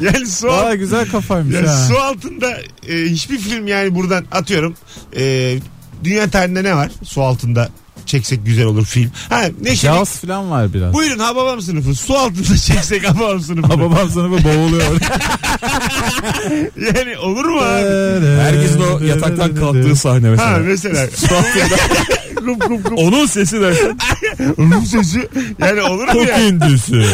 Speaker 3: Yani su altı
Speaker 4: Valla güzel kafaymış
Speaker 3: Yani
Speaker 4: ha.
Speaker 3: su altında e, hiçbir film yani buradan atıyorum. E, dünya tarihinde ne var? Su altında çeksek güzel olur film. Ha şey Neşeli.
Speaker 4: Jaws falan var biraz.
Speaker 3: Buyurun Hababam sınıfı. Su altında çeksek Hababam sınıfı.
Speaker 4: babam sınıfı boğuluyor.
Speaker 3: yani olur mu
Speaker 4: Ee,
Speaker 3: abi?
Speaker 2: Herkesin o yataktan kalktığı sahne mesela.
Speaker 3: Ha mesela.
Speaker 2: Su altında.
Speaker 3: Kum kum kum.
Speaker 2: Onun sesi de
Speaker 3: Onun sesi. Yani olur mu ya?
Speaker 2: indüsü.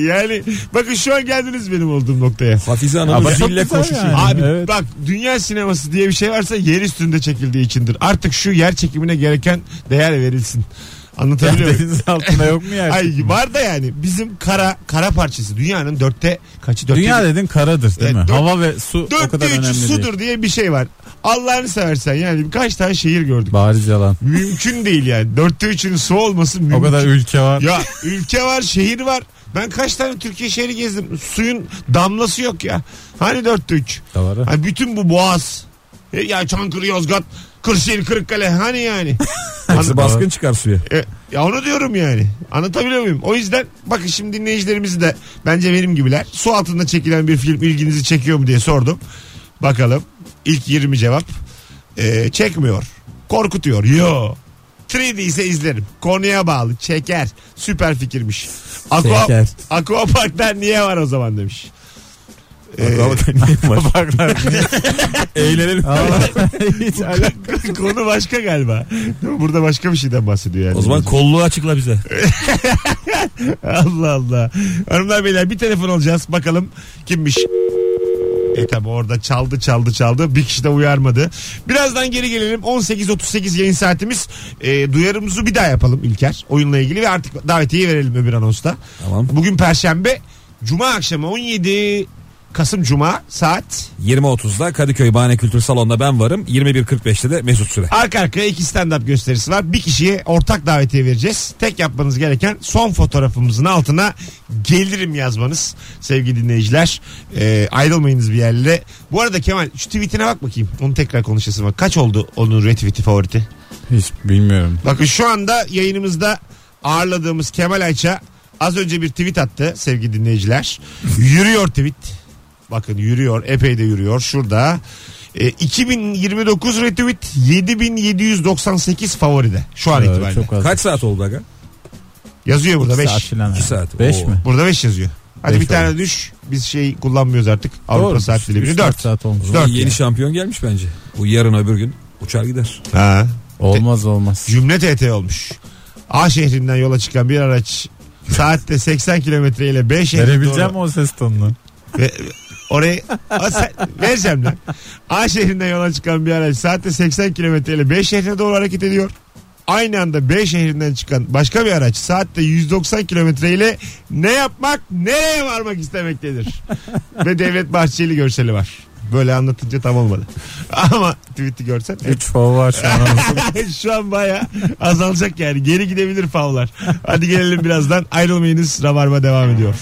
Speaker 3: Yani bakın şu an geldiniz benim olduğum noktaya.
Speaker 2: Hafize Hanım'ın
Speaker 4: Ama çok
Speaker 2: zille
Speaker 4: güzel
Speaker 2: koşuşu.
Speaker 4: yani.
Speaker 3: Abi
Speaker 4: evet.
Speaker 3: bak dünya sineması diye bir şey varsa yer üstünde çekildiği içindir. Artık şu yer çekimine gereken değer verilsin.
Speaker 4: Ya
Speaker 3: Anlatabiliyor muyum?
Speaker 4: deniz altında yok mu yer?
Speaker 3: Ay var da yani bizim kara kara parçası dünyanın dörtte kaçı dörtte
Speaker 4: Dünya dedin karadır değil
Speaker 3: Evet,
Speaker 4: mi?
Speaker 3: dört-
Speaker 4: Hava ve su o
Speaker 3: dörtte
Speaker 4: kadar
Speaker 3: üçü
Speaker 4: önemli
Speaker 3: sudur
Speaker 4: değil.
Speaker 3: diye bir şey var. Allah'ını seversen yani kaç tane şehir gördük.
Speaker 4: Bariz yalan.
Speaker 3: Mümkün değil yani. Dörtte üçünün su olması mümkün.
Speaker 4: O kadar ülke var.
Speaker 3: Ya ülke var şehir var. Ben kaç tane Türkiye şehri gezdim. Suyun damlası yok ya. Hani dörtte üç?
Speaker 4: Doğru.
Speaker 3: Hani bütün bu boğaz. E Ya Çankırı, Yozgat, Kırşehir, Kırıkkale hani yani. Hani-
Speaker 2: Hepsi baskın çıkar suya.
Speaker 3: E, ya onu diyorum yani. Anlatabiliyor muyum? O yüzden bakın şimdi dinleyicilerimiz de bence benim gibiler. Su altında çekilen bir film ilginizi çekiyor mu diye sordum. Bakalım. İlk 20 cevap. E, çekmiyor. Korkutuyor. Yo. 3D ise izlerim. Konuya bağlı. Çeker. Süper fikirmiş. Aqua,
Speaker 2: Çeker.
Speaker 3: Aquapark'tan niye var o zaman demiş.
Speaker 2: Eğlenelim.
Speaker 4: Hiç alak-
Speaker 3: Konu başka galiba. Değil mi? Burada başka bir şeyden bahsediyor yani.
Speaker 2: O zaman kolluğu açıkla bize.
Speaker 3: Allah Allah. Hanımlar beyler bir telefon alacağız. Bakalım kimmiş? E tabi orada çaldı çaldı çaldı. Bir kişi de uyarmadı. Birazdan geri gelelim. 18.38 yayın saatimiz. E, duyarımızı bir daha yapalım İlker. Oyunla ilgili ve artık davetiye verelim öbür anonsta.
Speaker 2: Tamam.
Speaker 3: Bugün Perşembe. Cuma akşamı 17 Kasım Cuma saat
Speaker 2: 20.30'da Kadıköy Bahane Kültür Salonu'nda ben varım. 21.45'te de Mesut Süre.
Speaker 3: arka arkaya iki stand-up gösterisi var. Bir kişiye ortak davetiye vereceğiz. Tek yapmanız gereken son fotoğrafımızın altına gelirim yazmanız sevgili dinleyiciler. Ee, ayrılmayınız bir yerlere. Bu arada Kemal şu tweetine bak bakayım. Onu tekrar konuşasın var. Kaç oldu onun retweet'i favoriti?
Speaker 4: Hiç bilmiyorum.
Speaker 3: Bakın şu anda yayınımızda ağırladığımız Kemal Ayça az önce bir tweet attı sevgili dinleyiciler. Yürüyor tweet. Bakın yürüyor epey de yürüyor şurada. E, 2029 retweet 7798 favoride şu an
Speaker 4: Ee,
Speaker 3: itibariyle.
Speaker 4: Çok az.
Speaker 2: Kaç saat oldu aga?
Speaker 3: Yazıyor burada
Speaker 4: İki
Speaker 3: 5.
Speaker 4: saat falan.
Speaker 2: İki saat.
Speaker 4: 5
Speaker 2: Oo.
Speaker 4: mi?
Speaker 3: Burada 5 yazıyor. Hadi
Speaker 4: Beş
Speaker 3: bir tane düş. Biz şey kullanmıyoruz artık. Avrupa
Speaker 4: Doğru.
Speaker 3: saat
Speaker 4: Üç
Speaker 3: dilimini
Speaker 4: dört
Speaker 3: 4.
Speaker 4: saat olmuş.
Speaker 2: O zaman
Speaker 3: Dört
Speaker 2: yeni
Speaker 3: yani.
Speaker 2: şampiyon gelmiş bence. Bu yarın öbür gün uçar gider.
Speaker 3: Ha.
Speaker 4: Olmaz olmaz.
Speaker 3: Cümle TT olmuş. A şehrinden yola çıkan bir araç saatte 80 kilometre ile B şehrine doğru-
Speaker 4: Verebileceğim mi o ses tonunu.
Speaker 3: Ve orayı Aa, sen- vereceğim lan. A şehrinden yola çıkan bir araç saatte 80 km ile B şehrine doğru hareket ediyor. Aynı anda B şehrinden çıkan başka bir araç saatte 190 km ile ne yapmak nereye varmak istemektedir. Ve Devlet Bahçeli görseli var. Böyle anlatınca tam olmadı. Ama tweet'i görsen
Speaker 4: 3 fav var şu an.
Speaker 3: şu an baya azalacak yani. Geri gidebilir favlar. Hadi gelelim birazdan. Ayrılmayınız. Rabarba devam ediyor.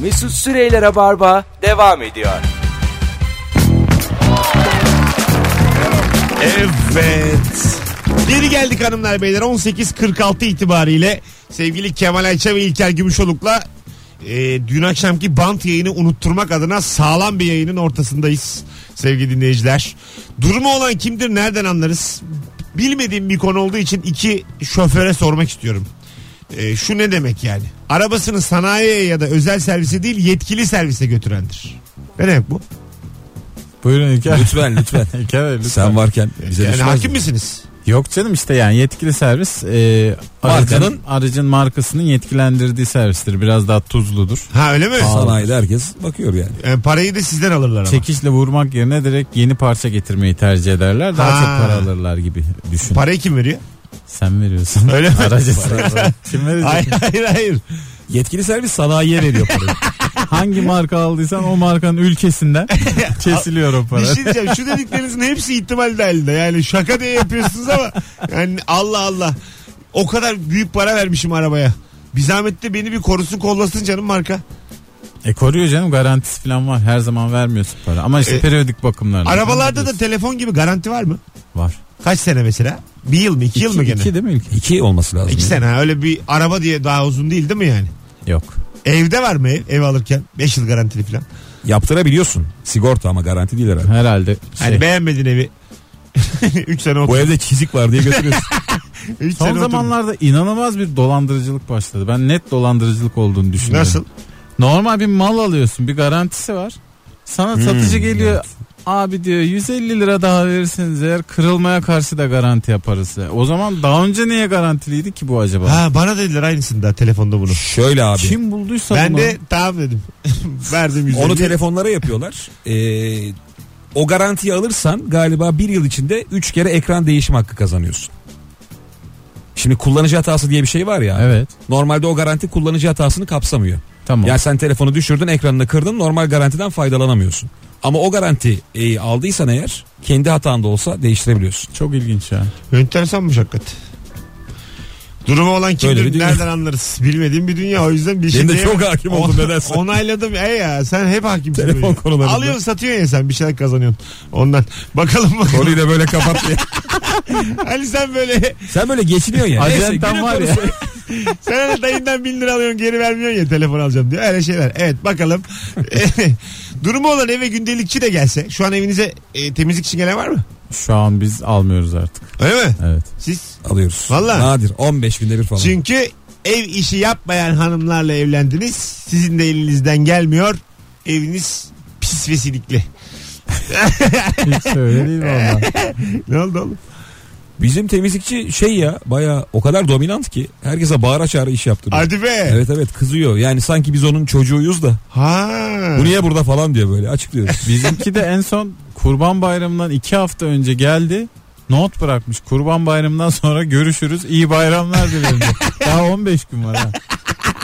Speaker 1: Mesut Süreyler'e barba devam ediyor.
Speaker 3: Evet. Geri geldik hanımlar beyler 18.46 itibariyle sevgili Kemal Ayça ve İlker Gümüşoluk'la e, dün akşamki bant yayını unutturmak adına sağlam bir yayının ortasındayız sevgili dinleyiciler. Durumu olan kimdir nereden anlarız? Bilmediğim bir konu olduğu için iki şoföre sormak istiyorum. E, şu ne demek yani? Arabasını sanayiye ya da özel servise değil yetkili servise götürendir. Ne demek bu?
Speaker 4: Buyurun İlker.
Speaker 2: Lütfen lütfen.
Speaker 4: İlker Bey, lütfen.
Speaker 2: Sen varken bize
Speaker 3: Yani
Speaker 2: düşmez
Speaker 3: hakim
Speaker 2: mi?
Speaker 3: misiniz?
Speaker 4: Yok canım işte yani yetkili servis e,
Speaker 2: Markanın-
Speaker 4: aracın, aracın markasının yetkilendirdiği servistir. Biraz daha tuzludur.
Speaker 3: Ha öyle mi?
Speaker 2: Sanayide herkes bakıyor yani.
Speaker 3: E, parayı da sizden alırlar ama.
Speaker 4: Çekişle vurmak yerine direkt yeni parça getirmeyi tercih ederler. Daha
Speaker 3: Ha.
Speaker 4: çok para alırlar gibi düşün.
Speaker 3: Parayı kim veriyor?
Speaker 4: Sen veriyorsun.
Speaker 3: Öyle mi?
Speaker 4: Aracı sen- Kim verecek?
Speaker 3: Hayır hayır hayır.
Speaker 2: Yetkili servis sanayiye veriyor parayı.
Speaker 4: Hangi marka aldıysan o markanın ülkesinden kesiliyor o para.
Speaker 3: Bir şey diyeceğim. Şu dediklerinizin hepsi ihtimal dahilinde. Yani şaka diye yapıyorsunuz ama yani Allah Allah. O kadar büyük para vermişim arabaya. Bir zahmet de beni bir korusun kollasın canım marka.
Speaker 4: E koruyor canım garantisi falan var. Her zaman vermiyorsun para. Ama işte
Speaker 3: E,
Speaker 4: periyodik bakımlarla.
Speaker 3: Arabalarda da telefon gibi garanti var mı?
Speaker 4: var.
Speaker 3: Kaç sene mesela? Bir yıl mı? iki, yıl mı
Speaker 4: İki-
Speaker 3: gene?
Speaker 4: İki değil mi ülke?
Speaker 2: İki olması lazım.
Speaker 3: İki sene ha. öyle bir araba diye daha uzun değil değil mi yani?
Speaker 4: Yok.
Speaker 3: Evde var mı ev, ev alırken? Beş yıl garantili falan.
Speaker 2: Yaptırabiliyorsun. Sigorta ama garanti değil herhalde.
Speaker 4: Herhalde. Şey.
Speaker 3: Hani beğenmedin evi. 3 sene
Speaker 2: Bu
Speaker 3: otur.
Speaker 2: evde çizik var diye götürüyorsun.
Speaker 3: Üç
Speaker 4: Son
Speaker 3: sene oturdun.
Speaker 4: zamanlarda inanılmaz bir dolandırıcılık başladı. Ben net dolandırıcılık olduğunu düşünüyorum.
Speaker 3: Nasıl?
Speaker 4: Normal bir mal alıyorsun bir garantisi var. Sana satıcı geliyor. Abi diyor 150 lira daha verirseniz eğer kırılmaya karşı da garanti yaparız. O zaman daha önce niye garantiliydi ki bu acaba?
Speaker 3: Ha bana dediler aynısını da telefonda bunu.
Speaker 2: Şöyle abi.
Speaker 4: Kim bulduysa
Speaker 3: Ben
Speaker 4: bunu-
Speaker 3: de tamam dedim. Verdim yüzünü.
Speaker 2: Onu telefonlara yapıyorlar. Ee, o garantiyi alırsan galiba bir yıl içinde 3 kere ekran değişim hakkı kazanıyorsun. Şimdi kullanıcı hatası diye bir şey var ya.
Speaker 4: Evet
Speaker 2: Normalde o garanti kullanıcı hatasını kapsamıyor.
Speaker 4: tamam.
Speaker 2: Yani sen telefonu düşürdün ekranını kırdın normal garantiden faydalanamıyorsun. Ama o garanti e, aldıysan eğer kendi hatan da olsa değiştirebiliyorsun.
Speaker 4: Çok ilginç ya.
Speaker 3: Enteresanmış hakikaten. Durumu olan
Speaker 2: Böyle bir
Speaker 3: kimdir
Speaker 2: dünya.
Speaker 3: nereden anlarız? Bilmediğim bir dünya o yüzden bir şey
Speaker 2: Benim de
Speaker 3: diyemem.
Speaker 2: çok hakim oldum
Speaker 3: On-
Speaker 2: nedense.
Speaker 3: Onayladım. E ya sen hep hakimsin.
Speaker 2: Telefon
Speaker 3: hocam.
Speaker 2: konularında.
Speaker 3: Alıyorsun satıyorsun ya sen bir şeyler kazanıyorsun. Ondan. Bakalım bakalım.
Speaker 2: Konuyu da böyle kapat diye.
Speaker 3: hani sen böyle
Speaker 2: Sen böyle geçiniyorsun ya. Neyse, günün
Speaker 4: Ajantan var ya.
Speaker 2: konusu-
Speaker 3: sen hani dayından bin lira alıyorsun geri vermiyorsun ya telefon alacağım diyor. Öyle şeyler. Evet bakalım. Durumu olan eve gündelikçi de gelse. Şu an evinize e, temizlik için gelen var mı?
Speaker 4: Şu an biz almıyoruz artık.
Speaker 3: Öyle mi?
Speaker 4: Evet.
Speaker 3: Siz?
Speaker 2: Alıyoruz.
Speaker 3: Vallahi.
Speaker 2: Nadir 15 günde bir falan.
Speaker 3: Çünkü ev işi yapmayan hanımlarla evlendiniz. Sizin de elinizden gelmiyor. Eviniz pis ve silikli.
Speaker 4: Hiç öyle değil valla.
Speaker 3: Ne oldu oğlum?
Speaker 2: Bizim temizlikçi şey ya baya o kadar dominant ki herkese bağıra çağıra iş yaptırıyor.
Speaker 3: Hadi be.
Speaker 2: Evet evet kızıyor. Yani sanki biz onun çocuğuyuz da.
Speaker 3: Ha.
Speaker 2: Bu niye burada falan diyor böyle açıklıyoruz.
Speaker 4: Bizimki de en son Kurban Bayramı'ndan iki hafta önce geldi. Not bırakmış. Kurban Bayramı'ndan sonra görüşürüz. İyi bayramlar dilerim. diye. Daha 15 gün var ha.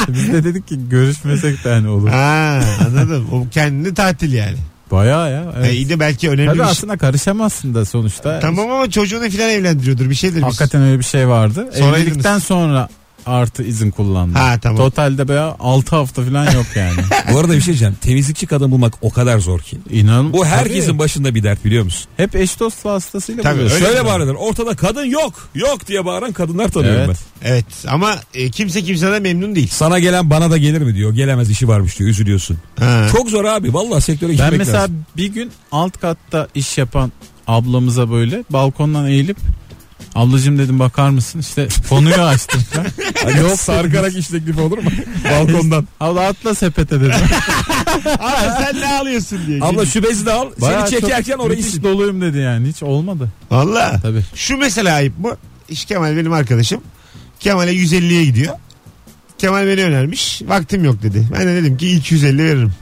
Speaker 4: Biz de dedik ki görüşmesek de hani olur.
Speaker 3: Ha anladım. O kendini tatil yani.
Speaker 4: Bayağı ya.
Speaker 3: Evet.
Speaker 4: Evet.
Speaker 3: iyi de belki önemli
Speaker 4: Tabii
Speaker 3: bir şey.
Speaker 4: aslında karışamazsın da sonuçta.
Speaker 3: Tamam ama çocuğunu filan evlendiriyordur bir şeydir. Hakikaten.
Speaker 4: Hakikaten öyle bir şey vardı.
Speaker 3: Sonra
Speaker 4: Evlilikten
Speaker 3: yediniz.
Speaker 4: sonra artı izin kullandı.
Speaker 3: Ha, tamam.
Speaker 4: Totalde bayağı 6 hafta falan yok yani.
Speaker 2: Bu arada bir şey diyeceğim. Temizlikçi kadın bulmak o kadar zor ki.
Speaker 4: İnan.
Speaker 2: Bu herkesin
Speaker 4: Tabii.
Speaker 2: başında bir dert biliyor musun?
Speaker 4: hep eş dost vasıtasıyla
Speaker 3: Tabii,
Speaker 4: buluyorsun.
Speaker 3: öyle
Speaker 2: Şöyle
Speaker 3: mi?
Speaker 2: bağırırlar. Ortada kadın yok. Yok diye bağıran kadınlar tanıyorum
Speaker 4: Evet.
Speaker 2: ben.
Speaker 3: Evet ama e, kimse kimseden memnun değil.
Speaker 2: Sana gelen bana da gelir mi diyor. Gelemez işi varmış diyor. Üzülüyorsun.
Speaker 3: Ha.
Speaker 2: Çok zor abi. Vallahi sektöre girmek
Speaker 4: Ben mesela
Speaker 2: lazım.
Speaker 4: bir gün alt katta iş yapan ablamıza böyle balkondan eğilip ablacığım dedim bakar mısın? İşte konuyu açtım.
Speaker 2: Hani Yok sarkarak iş teklifi olur mu? Balkondan.
Speaker 4: Abla atla sepete dedim.
Speaker 3: Aa, sen ne alıyorsun diye.
Speaker 2: Abla şu bezi de al.
Speaker 4: Bayağı
Speaker 2: seni çekerken
Speaker 4: çok
Speaker 2: orayı
Speaker 4: müthiş
Speaker 2: sil.
Speaker 4: doluyum dedi yani. Hiç olmadı.
Speaker 3: Valla.
Speaker 4: Tabii.
Speaker 3: Şu mesela ayıp mı? İşte Kemal benim arkadaşım. Kemal'e 150'ye gidiyor. Kemal beni önermiş. Vaktim yok dedi. Ben de dedim ki ilk 150 veririm.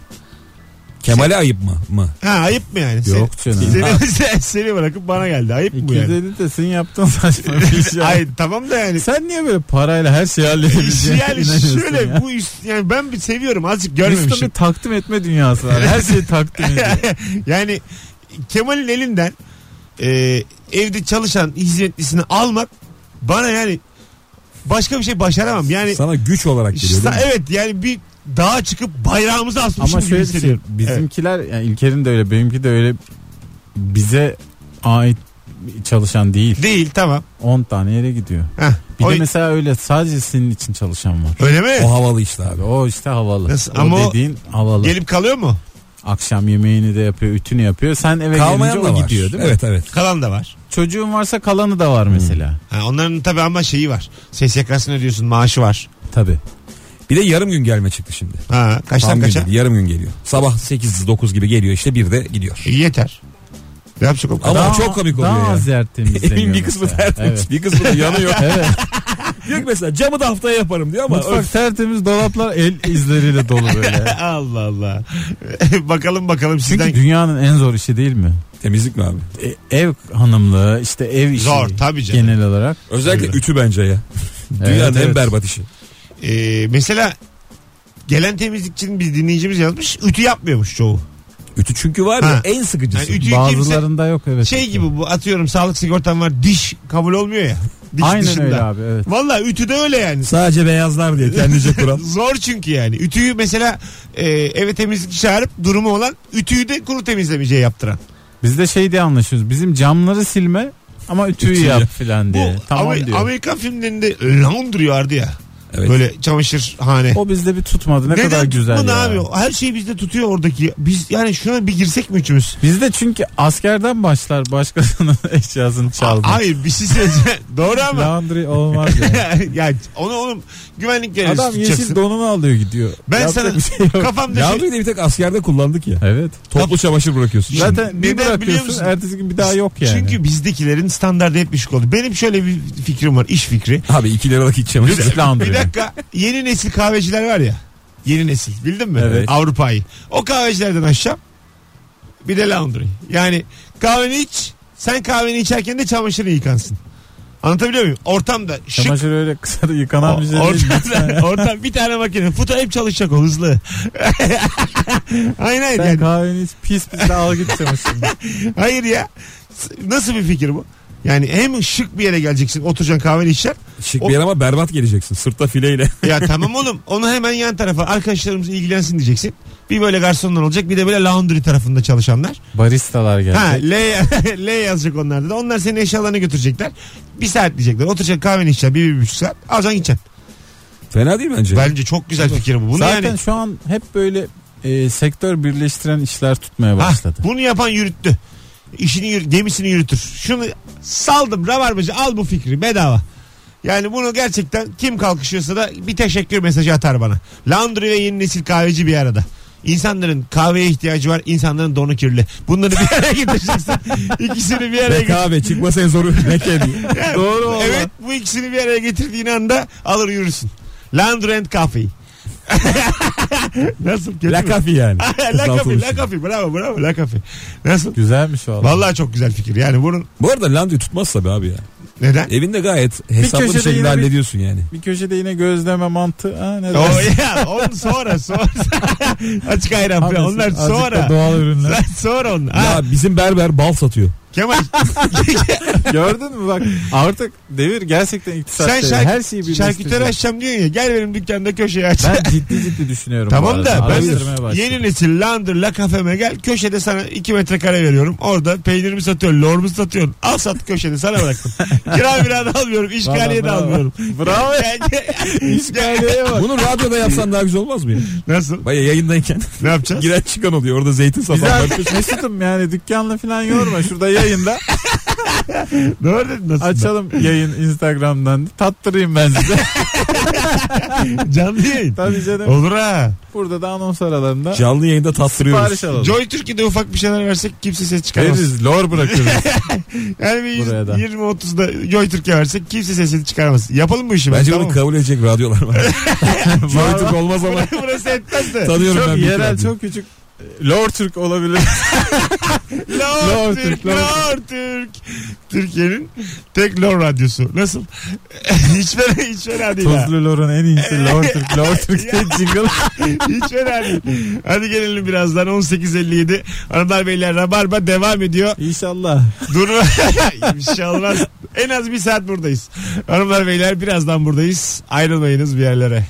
Speaker 4: şey.
Speaker 2: Kemal'e ayıp mı? mı?
Speaker 3: Ha ayıp mı yani? Sen-
Speaker 4: Yok canım.
Speaker 3: Seni, sen- seni bırakıp bana geldi. Ayıp mı yani?
Speaker 4: 250 de senin yaptığın saçma bir şey- iş ya.
Speaker 3: Ay tamam da yani.
Speaker 4: Sen niye böyle parayla her şeyi halledebileceğini
Speaker 3: yani
Speaker 4: şey inanıyorsun
Speaker 3: şöyle
Speaker 4: ya?
Speaker 3: bu üst, yani ben bir seviyorum azıcık
Speaker 4: Üstün bir
Speaker 3: görmemişim.
Speaker 4: takdim etme dünyası var. Her şeyi takdim ediyor.
Speaker 3: yani Kemal'in elinden e, evde çalışan hizmetlisini almak bana yani başka bir şey başaramam.
Speaker 4: Hani
Speaker 3: Yani
Speaker 2: Sana güç olarak geliyor değil
Speaker 3: Sa-
Speaker 2: mi?
Speaker 3: evet yani bir dağa çıkıp bayrağımızı asmışım
Speaker 4: Ama
Speaker 3: gibi
Speaker 4: şöyle bir şey
Speaker 3: hissediyorum. Evet.
Speaker 4: bizimkiler yani İlker'in de öyle benimki de öyle bize ait çalışan değil.
Speaker 3: Değil tamam.
Speaker 4: 10 tane yere gidiyor.
Speaker 3: Heh.
Speaker 4: Bir
Speaker 3: O-
Speaker 4: de mesela öyle sadece senin için çalışan var.
Speaker 3: Öyle mi?
Speaker 2: O havalı işte abi.
Speaker 4: Abi o işte havalı.
Speaker 3: Nasıl?
Speaker 4: O
Speaker 3: Ama o-
Speaker 4: dediğin havalı.
Speaker 3: Gelip kalıyor mu?
Speaker 4: Akşam yemeğini de yapıyor, ütünü yapıyor. Sen eve
Speaker 2: Kalmayan
Speaker 4: gelince
Speaker 2: da
Speaker 4: o
Speaker 2: var.
Speaker 4: gidiyor değil mi?
Speaker 2: evet Hmm. evet.
Speaker 3: Kalan da var.
Speaker 4: Çocuğun varsa kalanı da var mesela.
Speaker 3: Ha, onların tabii ama şeyi var. SSK'sını ödüyorsun maaşı var.
Speaker 4: Tabii.
Speaker 2: Bir de yarım gün gelme çıktı şimdi.
Speaker 3: Ha, kaçtan
Speaker 2: Tam
Speaker 3: kaça?
Speaker 2: gün değil, yarım gün geliyor. Sabah 8-9 gibi geliyor işte bir de gidiyor.
Speaker 3: E, yeter. Ne yapacak o kadar?
Speaker 2: Ama çok komik oluyor
Speaker 4: Daha
Speaker 2: ya.
Speaker 4: az yer
Speaker 2: Evin
Speaker 4: temizleniyor.
Speaker 2: bir kısmı
Speaker 4: mesela.
Speaker 2: tertemiz
Speaker 4: Evet.
Speaker 2: bir kısmı da yanıyor.
Speaker 4: evet.
Speaker 2: diyor ki mesela camı da haftaya yaparım diyor ama
Speaker 4: Mutfak
Speaker 2: öf.
Speaker 4: tertemiz dolaplar el izleriyle dolu böyle.
Speaker 3: Allah Allah. bakalım bakalım
Speaker 4: Çünkü
Speaker 3: sizden.
Speaker 4: dünyanın en zor işi değil mi?
Speaker 2: Temizlik mi abi?
Speaker 4: E, ev hanımlığı işte ev işi.
Speaker 3: Zor, tabii canım.
Speaker 4: Genel olarak.
Speaker 2: Özellikle
Speaker 3: Öyle.
Speaker 2: ütü bence ya. Dünyanın
Speaker 4: Evet,
Speaker 2: en
Speaker 4: evet.
Speaker 2: berbat işi.
Speaker 3: Ee, mesela gelen temizlikçinin bir dinleyicimiz yazmış. Ütü yapmıyormuş çoğu.
Speaker 2: Ütü çünkü var ya
Speaker 3: Ha.
Speaker 2: en
Speaker 3: Yani
Speaker 2: sıkıcısı.
Speaker 3: ütüyü kimse
Speaker 4: Bazılarında yok evet.
Speaker 3: şey gibi bu atıyorum sağlık sigortan var diş kabul olmuyor ya. Diş
Speaker 4: Aynen
Speaker 3: dışında.
Speaker 4: öyle abi evet.
Speaker 3: Valla ütü de öyle yani.
Speaker 2: Sadece beyazlar diye kendince kuran.
Speaker 3: Zor çünkü yani. Ütüyü mesela e, eve temizlikçi çağırıp durumu olan ütüyü de kuru temizlemeciye yaptıran.
Speaker 4: Biz de şey diye anlaşıyoruz. Bizim camları silme ama ütüyü
Speaker 2: Ütüyü.
Speaker 4: yap filan
Speaker 3: Bu
Speaker 4: diye. tamam
Speaker 3: Amer-
Speaker 4: diyor.
Speaker 3: Amerikan filmlerinde laundry vardı ya.
Speaker 2: Evet.
Speaker 3: Böyle çamaşırhane.
Speaker 4: O bizde bir tutmadı. Ne kadar güzel
Speaker 3: bu ne
Speaker 4: ya.
Speaker 3: abi? Her şeyi bizde tutuyor oradaki. Biz yani şuna bir girsek mi üçümüz?
Speaker 4: Bizde çünkü askerden başlar başkasının eşyasını çaldı.
Speaker 3: A- Hayır bir şey söyleyeceğim. Doğru ama.
Speaker 4: Laundry olmaz yani.
Speaker 3: ya onu oğlum güvenlik görevlisi
Speaker 4: Adam yeşil
Speaker 3: tutacaksın.
Speaker 4: donunu alıyor gidiyor.
Speaker 3: Ben
Speaker 4: Yapacak
Speaker 3: sana
Speaker 4: bir şey yok.
Speaker 3: kafamda şey-
Speaker 2: Yavruyu da bir tek askerde kullandık ya.
Speaker 4: Evet.
Speaker 2: Toplu çamaşır bırakıyorsun.
Speaker 4: Zaten
Speaker 3: Neden
Speaker 4: bir
Speaker 3: biliyor
Speaker 4: bırakıyorsun
Speaker 3: musun?
Speaker 4: ertesi gün bir daha yok yani.
Speaker 3: Çünkü bizdekilerin standartı hep düşük oldu. Benim şöyle bir fikrim var. iş fikri.
Speaker 2: Abi 2 liralık iç çamaşır.
Speaker 4: Güzel.
Speaker 3: Bir
Speaker 4: Landry.
Speaker 3: dakika. Yeni nesil kahveciler var ya. Yeni nesil. Bildin mi?
Speaker 2: Evet.
Speaker 3: Avrupa'yı. O kahvecilerden aşağı. Bir de laundry. Yani kahveni iç. Sen kahveni içerken de çamaşırı yıkansın. Anlatabiliyor muyum? Ortamda şık.
Speaker 4: Çamaşır öyle kısa da yıkanan bir şey değil.
Speaker 3: Ortamda, ortam bir tane makine. Futa hep çalışacak o hızlı. aynen
Speaker 4: Sen
Speaker 3: yani.
Speaker 4: kahveni iç pis pis de al git çamaşırını.
Speaker 3: Hayır ya. S- Nasıl bir fikir bu? Yani hem şık bir yere geleceksin oturacaksın kahveni içeceksin.
Speaker 2: Şık
Speaker 3: O-
Speaker 2: bir yer ama berbat geleceksin. Sırtta fileyle.
Speaker 3: Ya tamam oğlum onu hemen yan tarafa arkadaşlarımız ilgilensin diyeceksin. Bir böyle garsonlar olacak bir de böyle laundry tarafında çalışanlar.
Speaker 4: Baristalar
Speaker 3: Ha
Speaker 4: geldi.
Speaker 3: L, L yazacak onlarda da. Onlar senin eşyalarını götürecekler. Bir saat diyecekler. Oturacak kahveni içeceksin. Bir, bir buçuk saat. Alacaksın gideceksin.
Speaker 2: Fena değil bence.
Speaker 3: Bence çok güzel fikir bu. Bunu
Speaker 4: Zaten
Speaker 3: yani,
Speaker 4: şu an hep böyle e, sektör birleştiren işler tutmaya
Speaker 3: Ha,
Speaker 4: başladı.
Speaker 3: bunu yapan yürüttü. işini yür- gemisini yürütür. Şunu saldım rabarbacı al bu fikri bedava. Yani bunu gerçekten kim kalkışıyorsa da bir teşekkür mesajı atar bana. Laundry ile yeni nesil kahveci bir arada. İnsanların kahveye ihtiyacı var, insanların donu kirli. Bunları bir araya getireceksin. İkisini bir araya
Speaker 2: Bek abi çıkma sen zoru. Beke diye.
Speaker 4: Doğru valla.
Speaker 3: Evet bu ikisini bir araya getirdiğin anda alır yürürsün. Laundry and Coffee. Nasıl? Kötü
Speaker 2: La
Speaker 3: mü?
Speaker 2: kafi yani.
Speaker 3: la kafi, la kafi. Bravo, bravo, la kafi. Nasıl?
Speaker 4: Güzelmiş valla.
Speaker 3: Vallahi çok güzel fikir. Yani bunun
Speaker 2: Bu arada Landry tutmazsa be abi ya.
Speaker 3: neden?
Speaker 2: Evinde gayet hesaplı bir,
Speaker 4: köşede
Speaker 2: şekilde
Speaker 4: yine bir-
Speaker 2: hallediyorsun yani.
Speaker 4: Bir köşede yine gözleme mantı. Ha, ne
Speaker 3: O
Speaker 4: dersin?
Speaker 3: ya onun sonra sonra açık ayran
Speaker 4: Affedersin,
Speaker 3: falan. onlar
Speaker 4: azıcık da
Speaker 3: sonra
Speaker 4: Doğal ürünler.
Speaker 3: sonra onlar. Ha,
Speaker 2: Ya bizim berber bal satıyor.
Speaker 3: Kemal
Speaker 4: Gördün mü bak artık devir gerçekten iktisat
Speaker 3: sen
Speaker 4: devri.
Speaker 3: şark,
Speaker 4: Her şeyi
Speaker 3: şarküteri
Speaker 4: birleştirecek.
Speaker 3: açacağım diyorsun ya gel benim dükkanda köşeye aç.
Speaker 4: Ben ciddi ciddi düşünüyorum.
Speaker 3: Tamam
Speaker 4: bu arada.
Speaker 3: da ben
Speaker 4: Araştırmaya başladım.
Speaker 3: yeni nesil Landır La Kafeme gel köşede sana 2 metrekare veriyorum. Orada peynirimi satıyorum, lormu satıyorum. Al sat köşede sana bıraktım. Kira bira da almıyorum, işgaliye de
Speaker 4: Bravo, bravo.
Speaker 3: almıyorum.
Speaker 4: Bravo.
Speaker 3: İşgaliye bak.
Speaker 2: Bunu radyoda yapsan daha güzel olmaz mı ya?
Speaker 3: Nasıl?
Speaker 2: Baya yayındayken
Speaker 3: Ne yapacağız?
Speaker 2: giren çıkan oluyor. Orada zeytin
Speaker 4: Güzel.
Speaker 2: satanlar.
Speaker 4: Mesut'um yani dükkanla falan yorma. Şurada yayında
Speaker 3: Doğru dedin aslında.
Speaker 4: açalım yayın Instagram'dan. Tattırayım ben size.
Speaker 3: Canlı yayın.
Speaker 4: Tabii canım.
Speaker 3: Olur ha.
Speaker 4: Burada da anons aralarında
Speaker 2: Canlı yayında tattırıyoruz.
Speaker 4: sipariş alalım.
Speaker 3: Joy Türkiye'de ufak bir şeyler versek kimse ses çıkarmaz.
Speaker 4: Veririz lor bırakırız.
Speaker 3: Yani bir
Speaker 4: Buraya da.
Speaker 3: 20-30'da Joy Türkiye versek kimse sesini çıkaramaz. Yapalım bu işi. ben,
Speaker 2: Bence
Speaker 3: tamam
Speaker 2: bunu
Speaker 3: mı?
Speaker 2: kabul edecek radyolar var.
Speaker 4: Var var.
Speaker 2: Joytürk olmaz ama.
Speaker 3: Burası etmez de.
Speaker 2: Tanıyorum
Speaker 4: çok
Speaker 2: ben. bir iki
Speaker 4: yerel
Speaker 2: radyo.
Speaker 4: çok küçük lor Türk olabilir.
Speaker 3: Lor
Speaker 4: Lor
Speaker 3: Türk,
Speaker 4: Türk, Lor
Speaker 3: Lor Türk. Türkiye'nin tek Lor radyosu. Nasıl? hiç fena, hiç fena değil ha.
Speaker 4: Tuzlu lorun en iyisi lor Türk. Lor Türk diye jingle.
Speaker 3: Hiç fena değil. Hadi gelelim birazdan 18.57. Hanımlar beyler Rabarba devam ediyor.
Speaker 4: İnşallah.
Speaker 3: Dur. şey İnşallah en az bir saat buradayız. Hanımlar beyler birazdan buradayız. Ayrılmayınız bir yerlere.